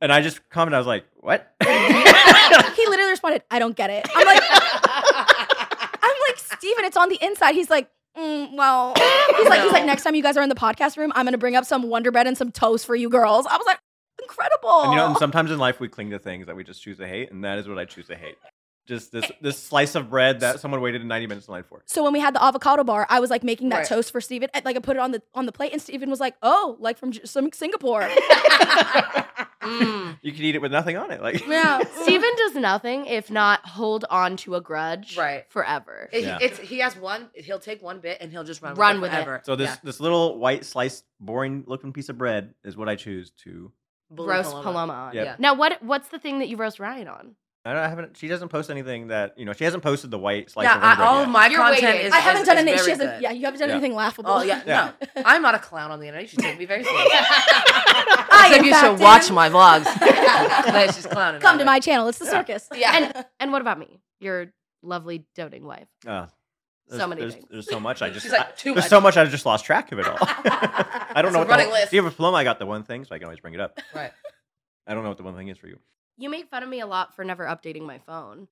and I just commented, "I was like, what?" <laughs> <laughs> he literally responded, I don't get it. I'm like, <laughs> I'm like, Steven, it's on the inside. He's like, mm, well, he's like, he's like, No. next time you guys are in the podcast room, I'm gonna bring up some Wonder Bread and some toast for you girls. I was like, incredible. And you know, and sometimes in life we cling to things that we just choose to hate, and that is what I choose to hate. Just Eh, this this slice of bread that someone waited 90 minutes in line for. so when we had the avocado bar, I was like making that Right. toast for Steven. and, Like I put it on the on the plate, and Steven was like, "Oh, like from J- some <laughs> Singapore." Mm. You can eat it with nothing on it. Like <laughs> yeah, Steven does nothing if not hold on to a grudge Right. forever. It- Yeah. it's, he has one, he'll take one bit and he'll just run, Run with with it it. forever. so this Yeah. this little white sliced boring looking piece of bread is what I choose to. Bully roast Paloma, on. Yep. Yeah. Now what what's the thing that you roast Ryan on? I, don't, I haven't. She doesn't post anything that you know. She hasn't posted the white slice. yeah, of I, bread all of my You're content waiting. is I haven't is- done is anything. She very hasn't. good. Yeah, you haven't done Yeah. anything laughable. Oh, yeah, Yeah. <laughs> No, I'm not a clown on the internet. You should take me very <laughs> seriously. I, Except in you fact, should watch am. <laughs> my vlogs. That's just clowning. Come on to it. my channel. It's the circus. <laughs> Yeah. And what about me? You're lovely doting wife. Uh, So there's- many there's, things. There's so much. <laughs> I just She's I- like, too there's much. so much. I just lost track of it all. <laughs> I don't know what It's a the running whole, list. Do you have a diploma? I got the one thing, so I can always bring it up. Right. I don't know what the one thing is for you. You make fun of me a lot for never updating my phone.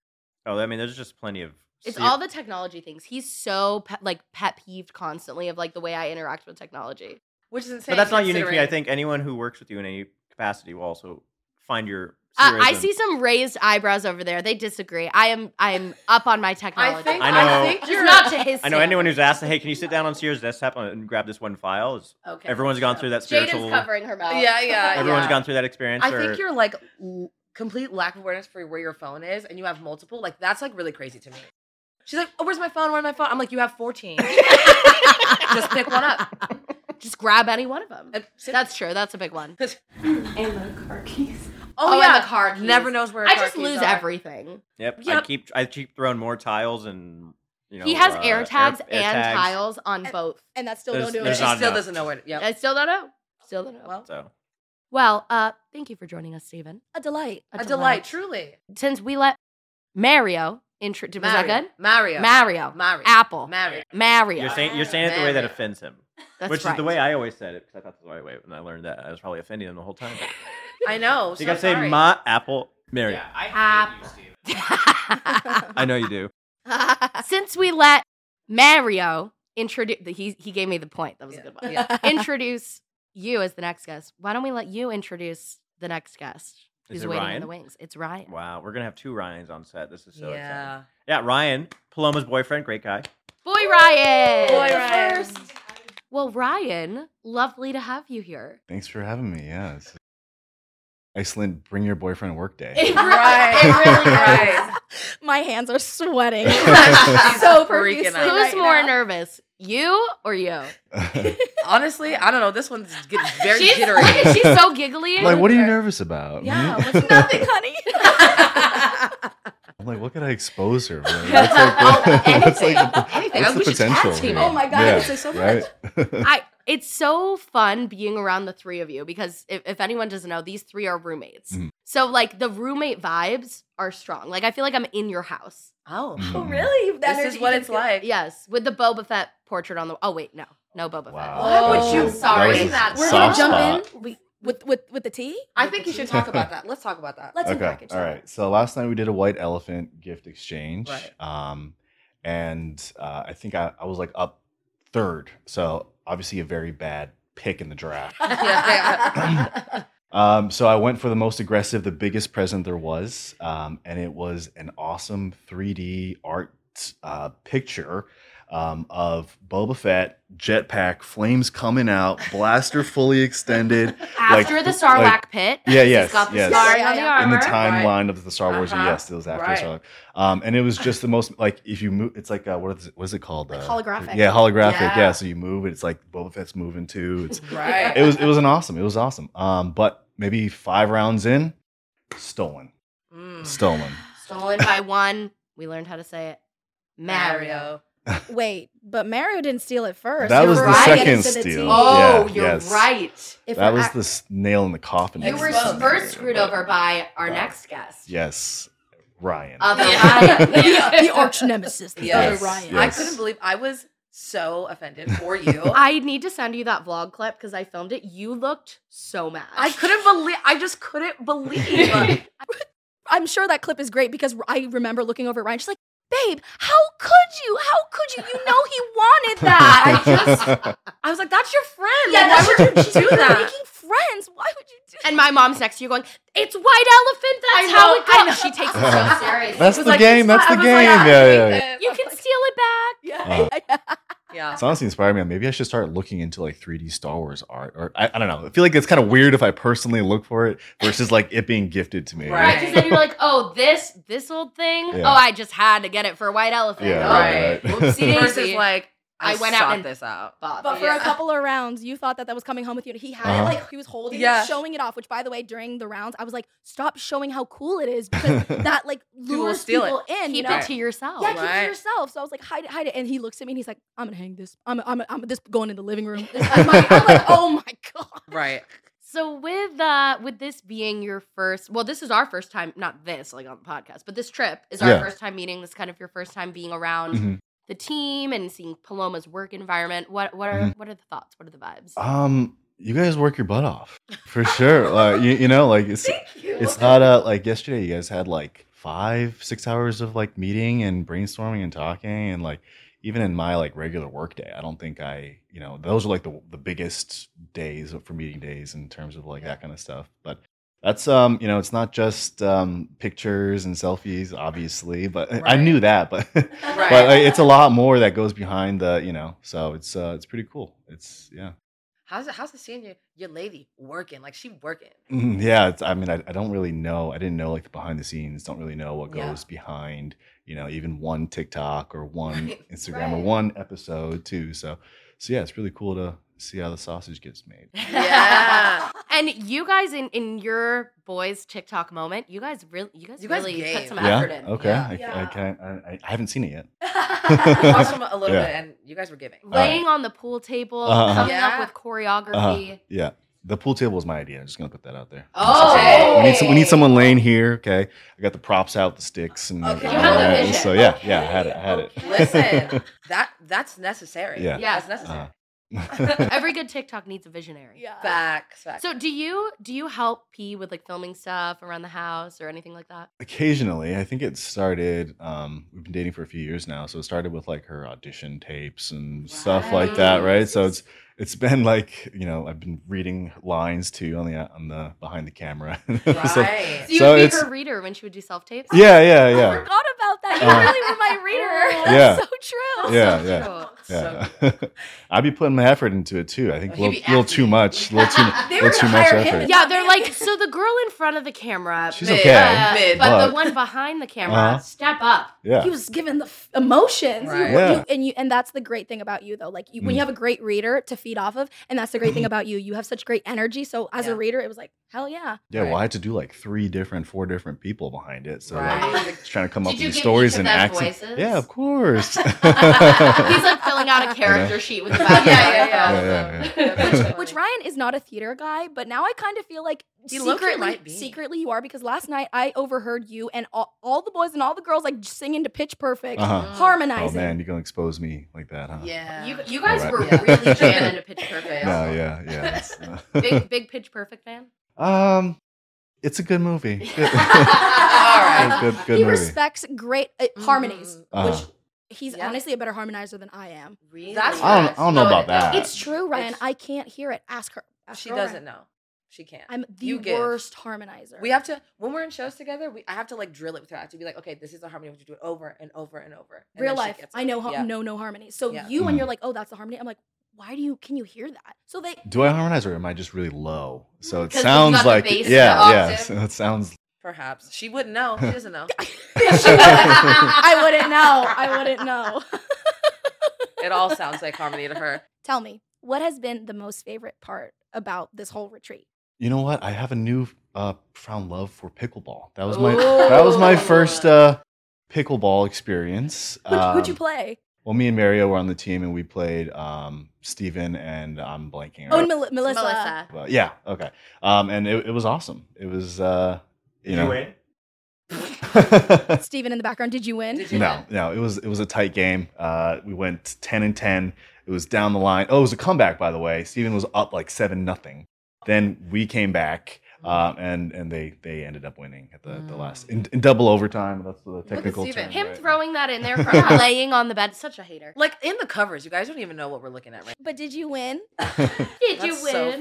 Oh, I mean, there's just plenty of. It's ser- all the technology things. He's so pe- like pet peeved constantly of like the way I interact with technology. Which is insane. But that's not unique to me. I considering- think anyone who works with you in any capacity will also find your. Uh, I serialism. see some raised eyebrows over there. They disagree. I am I am up on my technology. I think I I, know- think Just you're not to his. I know anyone who's asked, "Hey, can you sit down on Sears desktop and grab this one file?" Is, okay. Everyone's gone through that spiritual. Jaden's covering her mouth. Yeah, yeah. Everyone's yeah. gone through that experience. I or, think you're like l- complete lack of awareness for where your phone is, and you have multiple. Like that's like really crazy to me. She's like, "Oh, where's my phone? Where's my phone?" I'm like, "You have <laughs> 14. Just pick one up. Just grab any one of them. And sit- That's true. That's a big one. <laughs> oh, and yeah, the car keys. Never knows where. I car just keys lose are. everything. Yep. I Yep. keep I keep throwing more tiles and you know. he has uh, air tags air and tags. tiles on And- both. and that's still There's- don't do And there's it. she not still enough. doesn't know where. To, yep. I still don't know. Still don't know. Well, Well, So uh, thank you for joining us, Stephen. A delight. a delight, truly. Since we let Mario intro, was that Mario. good? Mario. Mario. Mario. Apple. Mario. Mario. you're saying you're saying it the way that Mary. offends him, That's which right. is the way I always said it because I thought the right way, and I learned that I was probably offending him the whole time. I Oh, know. So you so gotta say sorry. ma apple Mary. hate you, <laughs> Uh-huh. I know you do. Since we let Mario introduce, he he gave me the point. That was Yeah, a good one. yeah. <laughs> introduce you as the next guest. Why don't we let you introduce the next guest Is who's it waiting in Ryan? the wings? It's Ryan. Wow, we're gonna have two Ryans on set. This is so exciting. yeah. Yeah, Ryan, Paloma's boyfriend, great guy. Boy Ryan. Boy Ryan. Well, Ryan, lovely to have you here. Thanks for having me. Yeah. it's Iceland Bring Your Boyfriend Work <laughs> Day. <laughs> <laughs> It really, Right. it really Right. is. My hands <laughs> are sweating She's so freaking profusely. out. Who's right more now. nervous, you or you? <laughs> Honestly, I don't know. This one's <laughs> getting very she's, jittery. <laughs> look at- she's so giggly. like, what are you nervous about? Yeah, me? <laughs> what's Nothing, honey. I'm like, what could I expose her for? Oh, the- <laughs> that's anything. like the- Anything. what's We the should tag potential? team. here? Oh my God, Yeah, you say so much. <laughs> Right? I it's so fun being around the three of you because if, if anyone doesn't know, these three are roommates. Mhm. So like the roommate vibes are strong. Like I feel like I'm in your house. oh, Mm-hmm. Oh, really? The this energy is what you it's feel- like. Yes, with the Boba Fett portrait on the. Oh wait, no, no Boba Wow. Fett. Why would That you- was a- sorry, that was a that's- We're gonna soft jump spot. in we, with with with the tea. I think you should talk about that. Let's talk about that. Let's Uh, okay. unpackage All that. right. So last night we did a white elephant gift exchange. Right. Um, and uh, I think I, I was like up third. So obviously a very bad pick in the draft. <laughs> yeah, yeah. Um, so I went for the most aggressive, the biggest present there was, um, and it was an awesome 3D art uh, picture um, of Boba Fett jetpack, flames coming out, <laughs> blaster fully extended. After the Sarlacc like- pit, Yeah, he's yes, got the yes. scarring Yeah, on the yeah, In the armor. timeline of the Star Wars, Uh-huh. yes, it was after Right. Star. Um, and it was just the most like if you move, it's like uh, what is it, what is it called? Like Uh, holographic. Yeah, holographic. Yeah. Yeah. so you move, and it's like Boba Fett's moving too. It's right. it was it was an awesome. It was awesome. Um, but maybe five rounds in, stolen, Mm. stolen. Stolen by one. We learned how to say it. Mario. <laughs> Mario. Wait, but Mario didn't steal it first. That You're was the right. second Into the steal. tea. Oh, Yeah, you're yes. right. If that we're was act- the s- nail in the coffin. You were Exposed. first screwed over by our <laughs> next guest. Yes, Ryan. Other Yeah. Ryan. <laughs> Yeah. the arch nemesis, the Yes. other Ryan. I Yes. couldn't believe I was so offended for you. I, <laughs> I need to send you that vlog clip because I filmed it. You looked so mad. I couldn't believe. I just couldn't believe. <laughs> I'm sure that clip is great because I remember looking over at Ryan. She's like, "Babe, how could you? How could you? You know he wanted that." I just, I was like, "That's your friend. yeah, like, that's why what would you you do that?" Making friends. Why would you do? And my mom's next to you going, It's White Elephant. That's I know, how I it know. goes. She <laughs> takes it so <laughs> seriously. that's It the was like, game. it's That's the not- game. I was like, yeah, yeah, yeah. You can steal it back. Yeah, Yeah. It's honestly inspired me. Maybe I should start looking into like 3D Star Wars art, or I, I don't know. I feel like it's kind of weird if I personally look for it versus like it being gifted to me. <laughs> Right. Right. Because then you're like, Oh, this this old thing? Yeah. Oh, I just had to get it for a White Elephant. Yeah, Oh, right, right. Oopsie <laughs> Versus daisy. like, I, I went went out out and- this out. Bobby. But for Yeah. a couple of rounds, you thought that that was coming home with you. and He had Uh-huh. it like he was holding Yeah. it, showing it off. Which, by the way, during the rounds, I was like, "Stop showing how cool it is because that like will lures steal it. people in." Keep you know? it to yourself. Yeah, keep it Right. to yourself. So I was like, hide it, hide it. And he looks at me and he's like, <laughs> I'm gonna hang this. I'm, I'm, I'm this going in the living room. This- I'm, like- I'm like, oh my god. <laughs> Right. So with uh with this being your first, well, this is our first time, not this like on the podcast, but this trip is our Yeah. first time meeting. This is kind of your first time being around Mhm. the team and seeing Paloma's work environment. What what are Mm-hmm. what are the thoughts? What are the vibes? Um, you guys work your butt off for sure. Like you, you know, like it's it's not uh like yesterday. You guys had like five, six hours of like meeting and brainstorming and talking and like even in my like regular work day, I don't think I you know those are like the the biggest days for meeting days in terms of like that kind of stuff. But that's um you know it's not just um pictures and selfies obviously, but I Right. knew that, but Right. but like, it's a lot more that goes behind the you know. So it's uh it's pretty cool. It's yeah. How's it? How's it seeing your your lady working? Like she working. Mm, Yeah, it's, I mean, I, I don't really know. I didn't know like the behind the scenes. Don't really know what Yeah. goes behind, you know, even one TikTok or one Right, Instagram or right. one episode too. So, so yeah, it's really cool to see how the sausage gets made. Yeah. and you guys in in your boys TikTok moment, you guys really you guys, You guys really game. put some Yeah. effort in. Okay. Yeah. I, <laughs> I Yeah. can't. I, I- I haven't seen it <laughs> yet. I watched them a little Yeah. bit, and you guys were giving. Laying on the pool table, Uh-huh. coming Yeah. up with choreography. Uh, yeah. The pool table was my idea. I'm just gonna put that out there. Oh. we need some, we need someone laying here. Okay, I got the props out, the sticks, and Okay. all You have the that. vision. so yeah, yeah, I had it. I had <laughs> <laughs> Listen, it. <laughs> that that's necessary. Yeah. Yeah. Uh-huh. that's necessary. Uh, <laughs> Every good TikTok needs a visionary. Yeah. Facts, facts. So do you do you help P with like filming stuff around the house or anything like that? occasionally i think it started um we've been dating for a few years now so it started with like her audition tapes and stuff like that right so it's it's been like you know i've been reading lines too on the on the behind the camera <laughs> So- right. So you So would be it's- <laughs> her reader when she would do self tapes. yeah yeah I yeah forgot about that. You Uh, really were my Oh. reader. yeah. That's so true. yeah yeah So yeah <laughs> i'd be putting my effort into it too i think a He'd little, be little too acting. <laughs> much a little <laughs> too, They little were too gonna much hire him. effort Yeah, they're like so the girl in front of the camera, <laughs> She's but, okay, uh, mid, but but- the one behind the camera, Uh-huh. step up. yeah He was given the f- emotions, You- Right. you- Yeah. Mm. and you, and that's the great thing about you, though. Like you, when you have a great reader to feed off of, and that's the <laughs> great thing about you. You have such great energy. So as Yeah. a reader, it was like hell yeah. yeah well Right. <laughs> i had to do like three different four different people behind it so like Right. just trying to come Did up you with give new stories each of and them accents. voices? Yeah, of <laughs> course. <laughs> <laughs> He's like filling out a character sheet with the background. Yeah, yeah, yeah. photos. Yeah, <laughs> yeah, yeah. <laughs> Which Ryan is not a theater guy, but now I kind of feel like He low-key secretly, might be. secretly you are because last night I overheard you and all, all the boys and all the girls like singing to Pitch <laughs> Perfect, Mm. Uh-huh. Oh harmonizing. man, you're gonna expose me like that, huh? Yeah. You, you guys Alright. were Yeah. <laughs> really jamming into Pitch Perfect. No, yeah, yeah. it's- uh, <laughs> Big big Pitch Perfect fan. <laughs> um, it's a good <laughs> movie. Good, <laughs> right. good, good he movie. respects great uh, harmonies, Uh-huh. which he's Mm. Yeah. honestly a better harmonizer than I am. Really? That's I don't, I don't know about that. It's true, Ryan. It's- I can't hear it. Ask her. Ask She her, Ryan. doesn't know. She can't. I'm the You give. worst harmonizer. We have to when we're in shows together. We I have to like drill it with her. I have to be like, okay, this is a harmony. We have to do it over and over and over. And then real she life. gets it. I know har- Yeah. no no harmonies. So Yeah. you when Mhm. you're like, oh, that's the harmony. I'm like, why do you can you hear that? So they Do I harmonize or am I just really low? So it 'Cause you sounds got the like bass yeah, down. yeah. Octave. So it sounds. Perhaps she wouldn't know. She doesn't <laughs> know. I wouldn't know. I <laughs> wouldn't know. it all sounds like harmony to her. Tell me, what has been the most favorite part about this whole retreat? You know what? I have a new uh, profound love for pickleball. That was my that was my first uh, pickleball experience. Who'd, who'd you Um, play? Well, me and Mario were on the team, and we played um, Steven and I'm blanking. Oh, out. and Mel- Melissa. Melissa. But yeah, okay. Um, and it, it was awesome. It was, uh, you Did know, you win? Steven in the background. Did you win? Did you no, no, it was it was a tight game. Uh, we went ten and ten. It was down the line. Oh, it was a comeback, by the way. Steven was up like seven nothing. Then we came back, Mm-hmm. um, and and they they ended up winning at the, the last in, in double overtime. That's the technical Mm. Steven. term. Him right? throwing that <laughs> in there for laying on the bed, such a hater. Like in the covers, you guys don't even know what we're looking at right. But did you win? <laughs> Did That's you win? so <laughs> funny. <laughs>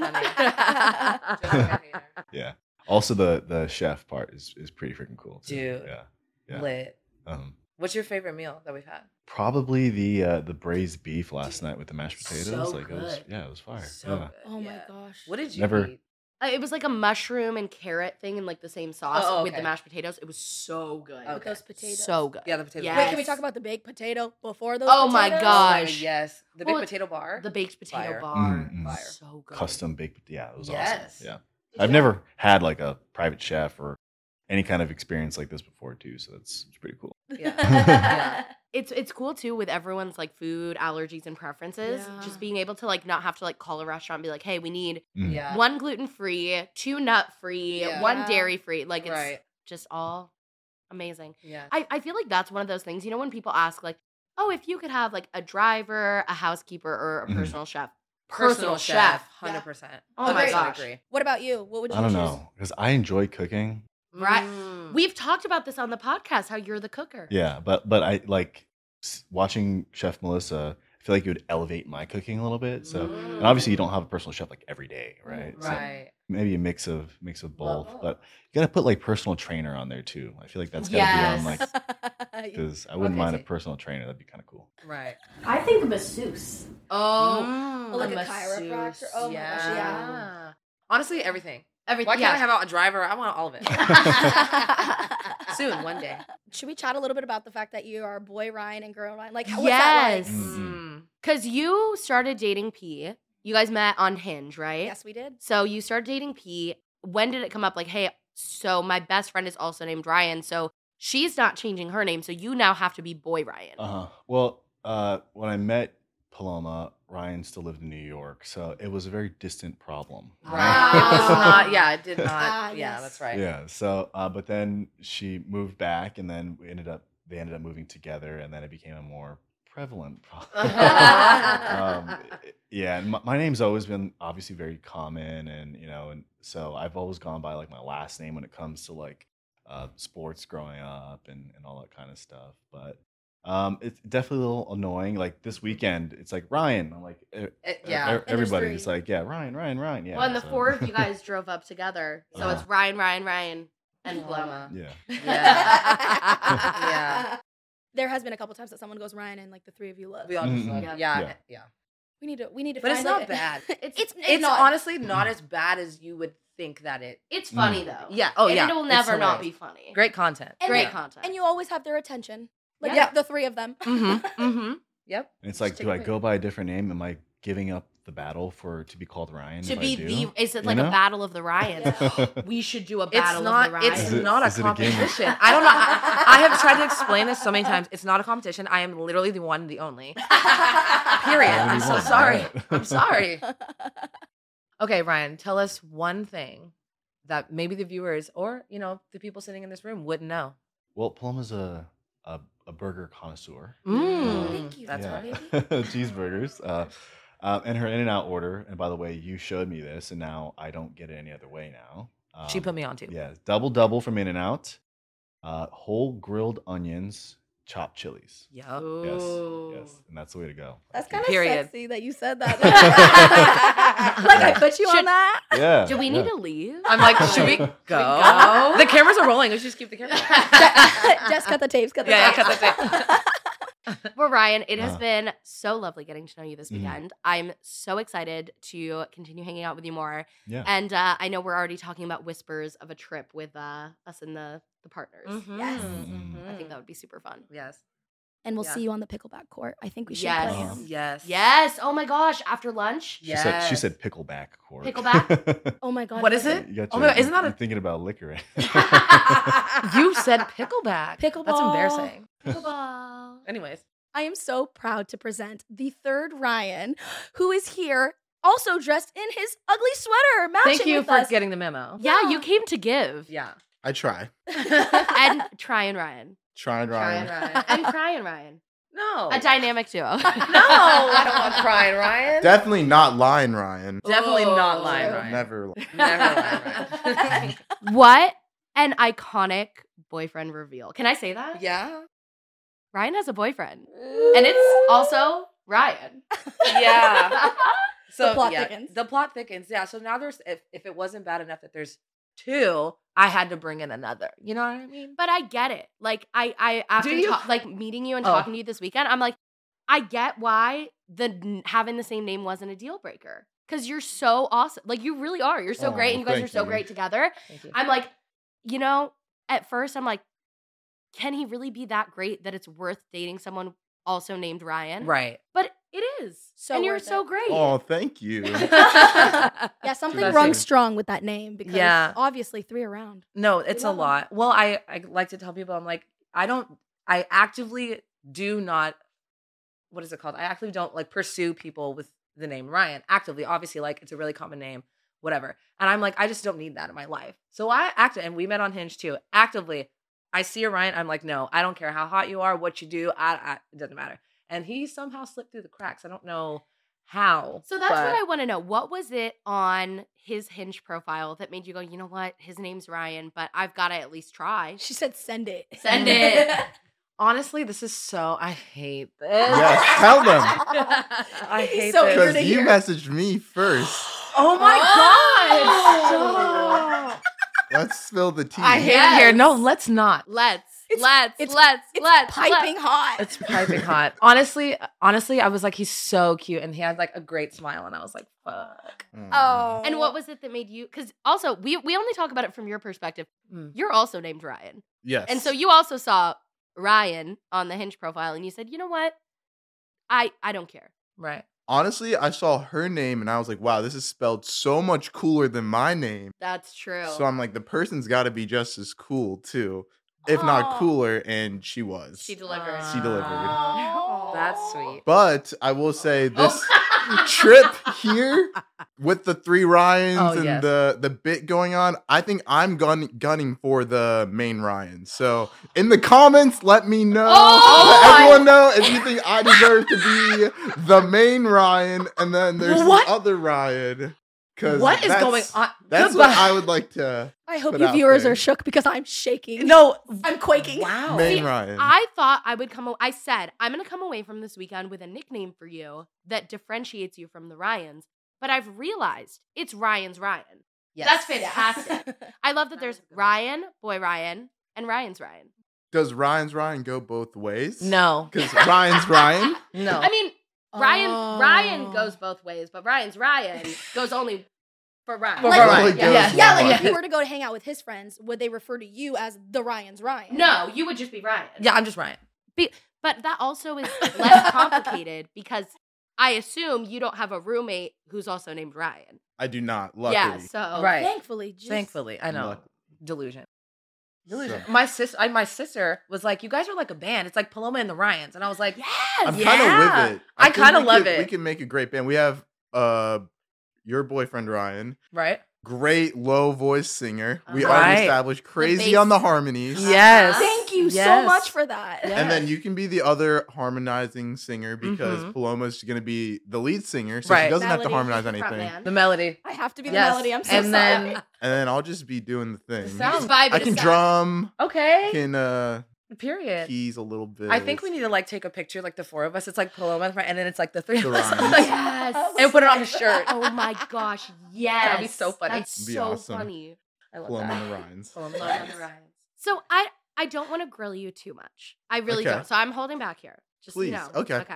now. <laughs> yeah. Also, the the chef part is is pretty freaking cool. too. Dude. Yeah. Yeah. Lit. Um, What's your favorite meal that we've had? Probably the uh, the braised beef last night with the mashed potatoes. so like it was, good. yeah, it was fire. So yeah. good. Oh my yeah. gosh. What did you Never- eat? Uh, it was like a mushroom and carrot thing in like the same sauce Oh, with the okay. mashed potatoes. It was so good. Okay. With those potatoes. So good. Yeah, the potato. Yes. Wait, can we talk about the baked potato before those? Oh my potatoes? God. Oh my- Gosh. yes, the big Well, potato bar. The baked potato Fire. bar. Mm, mm. Fire. So good. Custom baked. Yeah, it was Yes. awesome. Yeah. I've never had like a private chef or any kind of experience like this before too, so that's it's pretty cool. Yeah. Yeah. it's it's cool too with everyone's like food allergies and preferences. Yeah. Just being able to like not have to like call a restaurant and be like, hey, we need Mm. Yeah. one gluten free, two nut free, Yeah. one dairy free. Like it's right. just all amazing. Yeah. I, I feel like that's one of those things, you know, when people ask, like, oh, if you could have like a driver, a housekeeper, or a Mhm. personal chef. Yeah. 100%. Oh my Agreed. gosh. Agree. What about you? What would you I don't choose? know because I enjoy cooking. Right. Mm. We've talked about this on the podcast, how you're the cooker. Yeah, but but I like s- watching Chef Melissa. I feel like it would elevate my cooking a little bit. So Mm. and obviously you don't have a personal chef like every day, right? So Right. maybe a mix of mix of Well, both, well. but you gotta put like personal trainer on there too. I feel like that's gotta be on like <laughs> because I wouldn't Okay, mind a see. personal trainer. That'd be kind of cool. Right. I think masseuse. Oh, Well, like a masseuse, chiropractor. Oh my gosh, yeah. Honestly, everything. Everything. Why can't I yeah. have a driver? I want all <laughs> of it. Soon, one day. Should we chat a little bit about the fact that you are boy Ryan and girl Ryan? Like, what's that like? Mm. yes. Mm-hmm. Because you started dating P. You guys met on Hinge, right? Yes, we did. So you started dating P. When did it come up? Like, hey, so my best friend is also named Ryan. So she's not changing her name. So you now have to be Boy Ryan. Uh huh. Well, uh, when I met Paloma, Ryan still lived in New York, so it was a very distant problem. Right. Ah, <laughs> It was Wow. not, yeah, <laughs> it did not. Ah, yeah, yes. that's right. Yeah. So, uh, but then she moved back, and then we ended up they ended up moving together, and then it became a more prevalent <laughs> <laughs> problem. um, yeah, and my, my name's always been obviously very common, and you know, and so I've always gone by like my last name when it comes to like uh, sports growing up and, and all that kind of stuff. But um, it's definitely a little annoying. Like this weekend, it's like Ryan. I'm like, e- It- e- yeah. e- everybody's three. like, yeah, Ryan, Ryan, Ryan. Yeah. well, and the so- four <laughs> of you guys drove up together. So Uh-huh. it's Ryan, Ryan, Ryan, and Paloma. Paloma. yeah. Yeah. <laughs> yeah. <laughs> There has been a couple times that someone goes Ryan and like the three of you look. We all just Mhm. look. Yeah. Yeah. Yeah. Yeah. We need to. We need to. But it's find not like a- bad. <laughs> it's it's, It's not. honestly not Mm-hmm. as bad as you would think that it. It's Mm. funny, though. Yeah. Oh, and yeah. It will It's never not be hilarious. funny. Great content. And Great you- content. And you always have their attention. Like Yeah. the- the three of them. <laughs> Mm-hmm. Mm-hmm. Yep. And it's Just like, take do a I break. go by a different name? Am I giving up the battle for to be called Ryan? to if I be do? the, is it You like know? a battle of the Ryans? <laughs> we should do a battle it's of not. the Ryans. It's Is it- not is a it a game? competition. I don't know. I, I have tried to explain this so many times. It's not a competition. I am literally the one, the only. Period. Only I'm so one, sorry. <laughs> right. I'm sorry. Okay, Ryan, tell us one thing that maybe the viewers or you know the people sitting in this room wouldn't know. Well, Paloma's a a, a burger connoisseur. Um, Mm, Thank you. That's Yeah. right. <laughs> cheeseburgers. Uh, uh, and her in and out order. And by the way, you showed me this, and now I don't get it any other way now. Um, She put me on too. Yeah, double double from In and Out, uh, whole grilled onions, chopped chilies. Yup. Yes, Ooh. yes, and that's the way to go. That's kind of Period. sexy that you <laughs> said that. <laughs> like I put you on Should- that. of yeah. Do we need yeah. to leave? I'm like, should <laughs> we go? go? The cameras are rolling. Let's just keep the camera. <laughs> Just cut the tapes. Cut the Yeah, yeah, tapes. cut the tape. Well, Ryan, it has Uh. been so lovely getting to know you this Mhm. weekend. I'm so excited to continue hanging out with you more. Yeah. And uh, I know we're already talking about whispers of a trip with uh, us and the, the partners. Yes. Mhm. I think that would be super fun. Mm-hmm. Yes. and we'll Yeah. see you on the pickleback court. I think we should Yes. play Uh-huh. him. Yes. Yes. Oh my gosh. After lunch, She said she said pickleback court. <laughs> Pickleback? Oh my god. What is it? you got Oh your, my God, isn't that you're a- thinking about <laughs> liquor? <laughs> you said pickleback. That's Pickleball. embarrassing. Pickleball. Anyways. I am so proud to present the third Ryan, who is here, also dressed in his ugly sweater, matching Thank you with for us. getting the memo. Yeah, Yeah. you came to give. Yeah. I try. and try and Ryan. Try and Try Ryan. and Ryan. And cry and Ryan. no. A dynamic <laughs> duo. <laughs> no, I don't want crying, Ryan. Definitely not lying, Ryan. Definitely not Oh. lying, Ryan. Never. Lie. <laughs> Never <laughs> lie, Ryan. <laughs> What an iconic boyfriend reveal. Can I say that? yeah. Ryan has a boyfriend. And it's also Ryan. <laughs> Yeah. So The plot yeah, thickens. The plot thickens. Yeah. So now there's if, if it wasn't bad enough that there's two, I had to bring in another. You know what I mean? but I get it. Like I I after you? ta- <laughs> like meeting you and Oh. talking to you this weekend, I'm like I get why the n- having the same name wasn't a deal breaker cuz you're so awesome. Like you really are. You're so Oh, great and you guys are thank so you. great together. Thank you. I'm like, you know, at first I'm like, can he really be that great that it's worth dating someone also named Ryan? right. But it is. So and you're worth so it. great. Oh, thank <laughs> you. <laughs> Yeah, something That's rung it. strong with that name because Yeah. obviously three around. No, it's a love 'em. lot. Well, I, I like to tell people I'm like, I don't I actively do not what is it called? I actually don't like pursue people with the name Ryan actively. Obviously, like it's a really common name, whatever. And I'm like, I just don't need that in my life. So I active and we met on Hinge too. Actively, I see a Ryan. I'm like, no, I don't care how hot you are, what you do. I, I it doesn't matter. And he somehow slipped through the cracks. I don't know how. So that's but- what I want to know. What was it on his hinge profile that made you go, you know what? His name's Ryan, but I've got to at least try. She said, "Send it. <laughs> Send it. Mm. <laughs> Honestly, this is so. I hate this. Yes, tell them. <laughs> I hate so this. eager Because to you hear. messaged me first. <gasps> Oh my Oh. god! Stop. Let's spill the tea. I hate it here. No, let's not. Let's, It's- let's, it's- let's, It's let's. piping let's. hot. It's <laughs> piping hot. Honestly, honestly, I was like, he's so cute, and he had like a great smile, and I was like, fuck. Mm. Oh. And what was it that made you? Because also, we, we only talk about it from your perspective. Mm. You're also named Ryan. Yes. And so you also saw Ryan on the hinge profile and you said, you know what? I, I don't care. Right. honestly, I saw her name and I was like, wow, this is spelled so much cooler than my name. That's true. So I'm like, the person's got to be just as cool too, if not Aw. cooler. And she was. she delivered. She delivered. That's sweet. <laughs> But I will say this Oh. trip here with the three Ryans Oh, and yes. the the bit going on, I think I'm gun- gunning for the main Ryan. So in the comments, let me know. Oh let my- everyone know if you think I deserve to be the main Ryan, and then there's What? the other Ryan. 'cause What is that's- going on? That's Goodbye. what I would like to I hope Put you out viewers there. are shook because I'm shaking. No. I'm quaking. Wow. main See, Ryan. I thought I would come. a- I said I'm going to come away from this weekend with a nickname for you that differentiates you from the Ryans. But I've realized it's Ryan's Ryan. That's fantastic. I love that there's Ryan, boy Ryan, and Ryan's Ryan. Does Ryan's Ryan go both ways? <laughs> No. Because Ryan's Ryan. No. I mean, Ryan Oh. Ryan goes both ways, but Ryan's Ryan goes only for Ryan. For Like- Ryan. Only Yeah. goes Yeah. one Yeah, like way. if you were to go to hang out with his friends, would they refer to you as the Ryan's Ryan? No, you would just be Ryan. yeah, I'm just Ryan. But that also is less complicated because I assume you don't have a roommate who's also named Ryan. I do not. Luckily. Yeah, so Right. Thankfully, just Thankfully, I know. Luck. Delusion. Delusion. So- My sister, I, my sister was like, "You guys are like a band. It's like Paloma and the Ryans," and I was like, I'm "Yes, kind of with it. I think kinda we love could- We it. can make a great band. We have uh your boyfriend Ryan, right? great low voice singer. We Right. already established crazy on the bass. harmonies. Yeah. Yes. Thank you so Yes. much for that. Yes. And then you can be the other harmonizing singer because Mhm. Paloma's going to be the lead singer, so Right. she doesn't have to Validation harmonize front anything. man. the melody. I have to be the Yes. melody. I'm so and sorry. then And then I'll just be doing the thing. sound- vibe I it can aside. drum, okay, can uh <laughs> period. keys a little bit. I think we need to like take a picture, like the four of us. It's like Paloma and, Fran- and then it's like the three The of us, <laughs> Ryans. like, Oh Yes. and put it on a shirt. Oh my gosh, yes. That'd be so funny. That's Be so awesome. funny. I love Paloma that. and the Ryans. Paloma Paloma and and the the Ryans. So I I don't want to grill you too much. I really Okay. don't. So I'm holding back here. Just so you Please. know. Okay. Okay.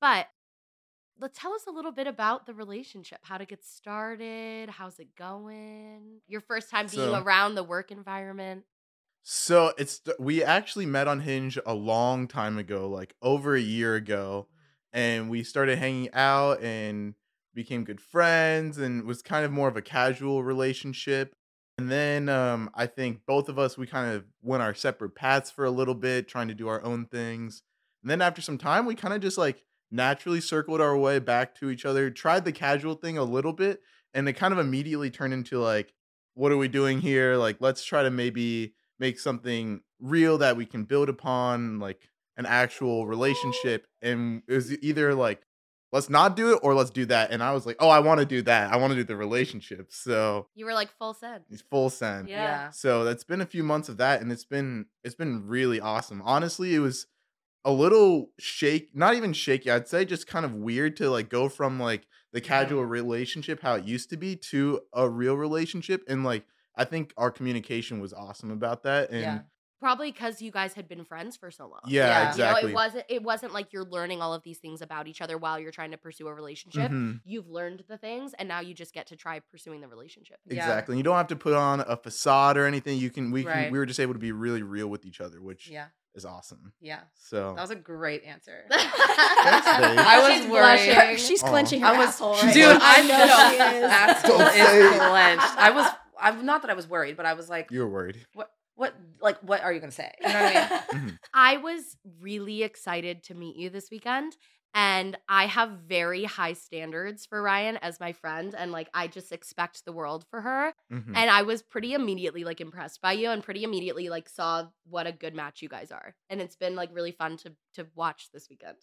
But let's tell us a little bit about the relationship. How to get started? How's it going? Your first time being So- around the work environment. So it's th- we actually met on Hinge a long time ago, like over a year ago, and we started hanging out and became good friends and was kind of more of a casual relationship. And then um I think both of us we kind of went our separate paths for a little bit, trying to do our own things. And then after some time, we kind of just like naturally circled our way back to each other, tried the casual thing a little bit, and it kind of immediately turned into like what are we doing here? Like let's try to maybe make something real that we can build upon, like an actual relationship. And it was either like, let's not do it or let's do that. And I was like, oh, I want to do that. I want to do the relationship. So You were like full send. it's full send. Yeah. So that's been a few months of that, and it's been it's been really awesome. Honestly, it was a little shake, not even shaky. I'd say just kind of weird to like go from like the casual relationship how it used to be to a real relationship, and like I think our communication was awesome about that. And Yeah. Probably because you guys had been friends for so long. Yeah, Yeah. You know, exactly. it wasn't it wasn't like you're learning all of these things about each other while you're trying to pursue a relationship. Mhm, You've learned the things and now you just get to try pursuing the relationship. Yeah. Exactly. You don't have to put on a facade or anything. You can we can, Right. we were just able to be really real with each other, which Yeah, is awesome. yeah. So That was a great <laughs> answer. <laughs> babe. I was worried. She's blushing. Her- she's Aw. clenching her I was, asshole. dude. Right now. I know know she is. asshole Don't is say it. clenched. I was, I'm not that I was worried, but I was like, you were worried. what? What like what are you gonna say? You know what <laughs> I <laughs> mean? Mm-hmm. I was really excited to meet you this weekend. And I have very high standards for Ryan as my friend. And like, I just expect the world for her. Mm-hmm. Mhm. And I was pretty immediately like impressed by you and pretty immediately like saw what a good match you guys are. And it's been like really fun to to watch this weekend.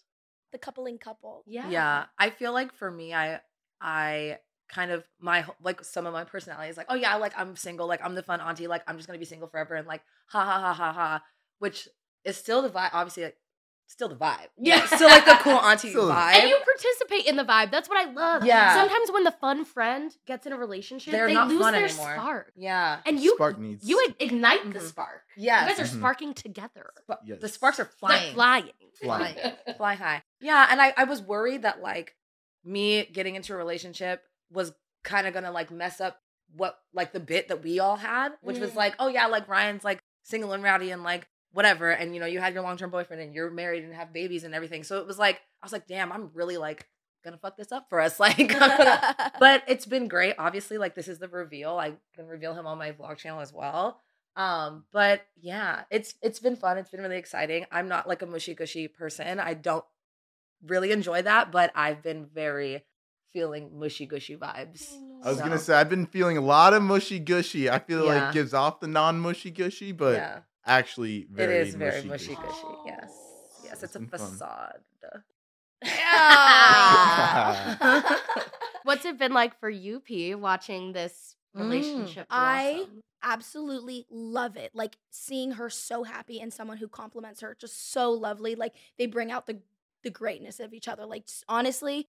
the coupling couple. Yeah. yeah i feel like for me i i kind of my wh- like some of my personality is like oh yeah like i'm single like i'm the fun auntie like i'm just gonna be single forever and like ha ha ha ha ha which is still the vibe obviously like still the vibe yeah still like the cool auntie Still the- vibe And you participate in the vibe. That's what I love. Yeah. Sometimes when the fun friend gets in a relationship, they're they not lose fun their anymore spark. yeah And you Spark needs. you ig- ignite the Mhm. spark. yeah You guys are Mhm. sparking together. Yes. the <laughs> sparks are Flying. flying flying. Flying. fly high yeah and i i was worried that like me getting into a relationship was kind of gonna like mess up what like the bit that we all had which was Mm. like oh yeah like ryan's like single and rowdy and like whatever and you know you had your long-term boyfriend and you're married and have babies and everything so it was like i was like damn i'm really like gonna fuck this up for us <laughs> like I'm gonna- <laughs> but it's been great obviously like this is the reveal i can reveal him on my vlog channel as well um but yeah it's it's been fun it's been really exciting i'm not like a mushy gushy person i don't really enjoy that but i've been very feeling mushy gushy vibes I was gonna So, say I've been feeling a lot of mushy gushy. I feel Yeah. like gives off the non mushy gushy, but yeah actually it very is very mushy mushy-gushy. gushy yes yes it's a Some fun. facade Yeah. What's it been like for you, P, watching this Mm, relationship? Mm, I- blossom? absolutely love it. Like seeing her so happy and someone who compliments her just so lovely. Like they bring out the the greatness of each other. Like s- honestly,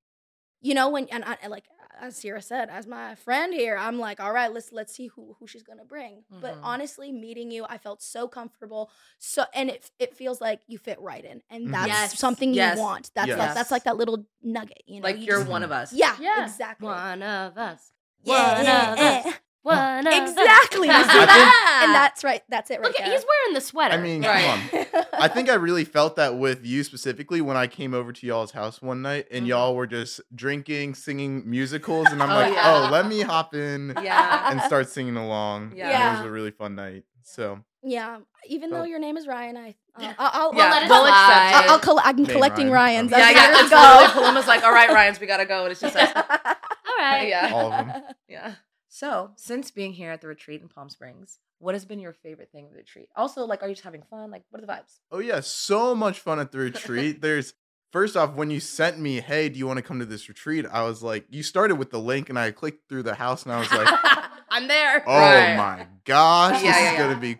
you know when and I, and, like as Sierra said, as my friend here, I'm like, all right, let's let's see who who she's gonna bring. But Mhm. Mm-hmm. honestly, meeting you, I felt so comfortable. So and it it feels like you fit right in, and Mhm. that's Mm-hmm. Yes. something Yes. you want. That's Yes. like, that's like that little nugget, you know. like you you're just- one of us yeah, Yeah. exactly. One of us. Yeah, One yeah, of yeah. us. <laughs> One of us. eh, <laughs> Exactly. You see I think- that? <laughs> And that's right. That's it right Look, at, there. he's wearing the sweater. I mean, Right. come on. <laughs> I think I really felt that with you specifically when I came over to y'all's house one night and Mhm. y'all were just drinking, singing musicals, and I'm Oh, like, yeah. oh, let me hop in yeah and start singing along. Yeah. And it Yeah. was a really fun night. So Yeah, even though Oh. your name is Ryan, I uh, I'll, I'll, Yeah, I'll, let we'll accept I'll, it. I'll coll- I'm Name collecting Ryan. Ryan's. yeah, I I'm got ready to that's literally go. Paloma's like, all right, Ryan's, we gotta go. And it's just <laughs> <laughs> us. all right. Yeah. all of them. <laughs> Yeah. So, since being here at the retreat in Palm Springs, what has been your favorite thing of the retreat? Also, like, are you just having fun? Like, what are the vibes? Oh yeah, so much fun at the retreat. There's first off when you sent me, "Hey, do you want to come to this retreat?" I was like, you started with the link and I clicked through the house and I was like, <laughs> I'm there. "Oh Right. my gosh, Yeah, this yeah, is yeah. going to be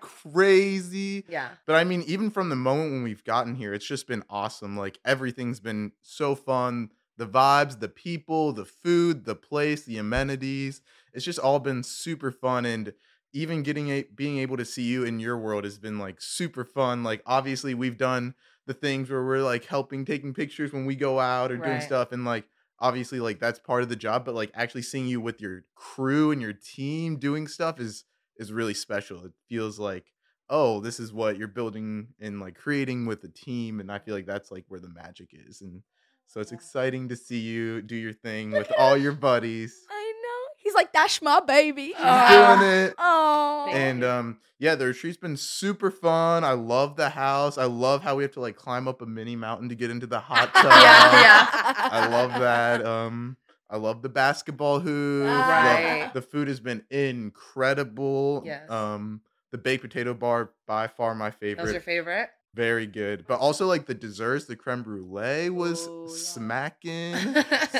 crazy." Yeah. But I mean, even from the moment when we've gotten here, it's just been awesome. Like everything's been so fun. The vibes, the people, the food, the place, the amenities. It's just all been super fun and even getting a, being able to see you in your world has been like super fun. Like obviously we've done the things where we're like helping taking pictures when we go out or doing Right. stuff and like obviously like that's part of the job, but like actually seeing you with your crew and your team doing stuff is is really special. It feels like oh, this is what you're building and like creating with a team. And I feel like that's like where the magic is. And so it's exciting to see you do your thing with all your buddies. I know. <laughs> He's like, that's my baby. She's Aw. doing it. Oh, <laughs> And um, yeah, the retreat's been super fun. I love the house. I love how we have to like climb up a mini mountain to get into the hot tub. <laughs> Yeah, yeah. I love that. Um, I love the basketball hoop. The- Right. The, food has been incredible. Yes. Um, the baked potato bar by far my favorite. That was your favorite? Very good. But also like the desserts, the creme brulee was Ooh, yeah. smacking.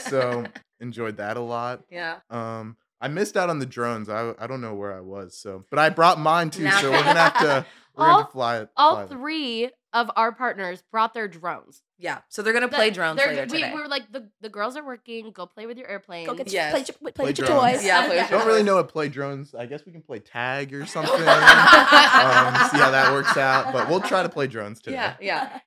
so enjoyed that a lot. <laughs> yeah. Um I missed out on the drones. I I don't know where I was. So but I brought mine too, Now- so we're gonna have to we're All- gonna fly it. All three of our partners brought their drones. Yeah. So they're going to play The- drones they're- later we, today. We were like, the, the girls are working. Go play with your airplane. go get Yes. your, play, with your- play with your drones. toys. Yeah, play with your Don't really toys. know what play drones. I guess we can play tag or something. um, see how that works out. But we'll try to play drones today. <laughs> yeah, yeah.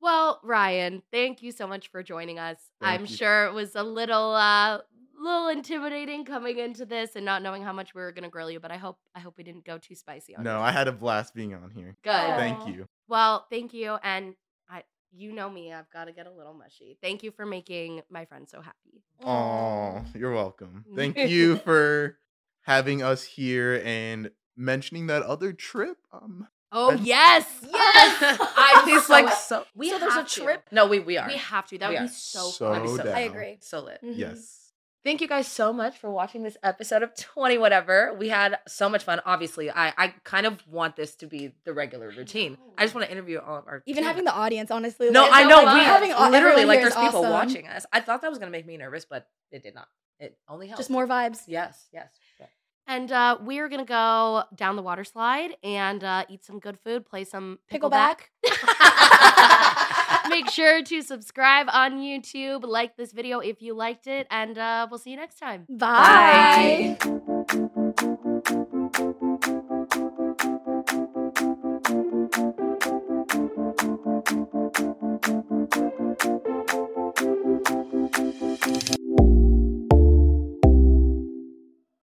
Well, Ryan, thank you so much for joining us. Thank I'm you. sure it was a little uh little intimidating coming into this and not knowing how much we were gonna grill you, but I hope I hope we didn't go too spicy on No, you. I had a blast being on here. Good. Thank you. Well, thank you. And I you know me, I've gotta get a little mushy. Thank you for making my friend so happy. Oh, you're welcome. Thank you for having us here and mentioning that other trip. Um, Oh And- yes, <laughs> yes. I am just so like ex- so. we So have there's a to. trip? No, we we are. We have to. That We would are be so, so fun. so- down. I agree. So lit. Mhm. Yes. Mm-hmm. Thank you guys so much for watching this episode of <laughs> 20 whatever. We had so much fun. Obviously, I I kind of want this to be the regular routine. I just want to interview all of our Even team. having the audience, honestly. No, like, I so know. fun. We Having all- literally everyone like here there's is people awesome. watching us. I thought that was going to make me nervous, but it did not. It only helped. Just more vibes. Yes, yes. yes. And uh, we're gonna go down the water slide and uh, eat some good food, play some Pickleback. pickleback. <laughs> Make sure to subscribe on YouTube, like this video if you liked it, and uh, we'll see you next time. Bye.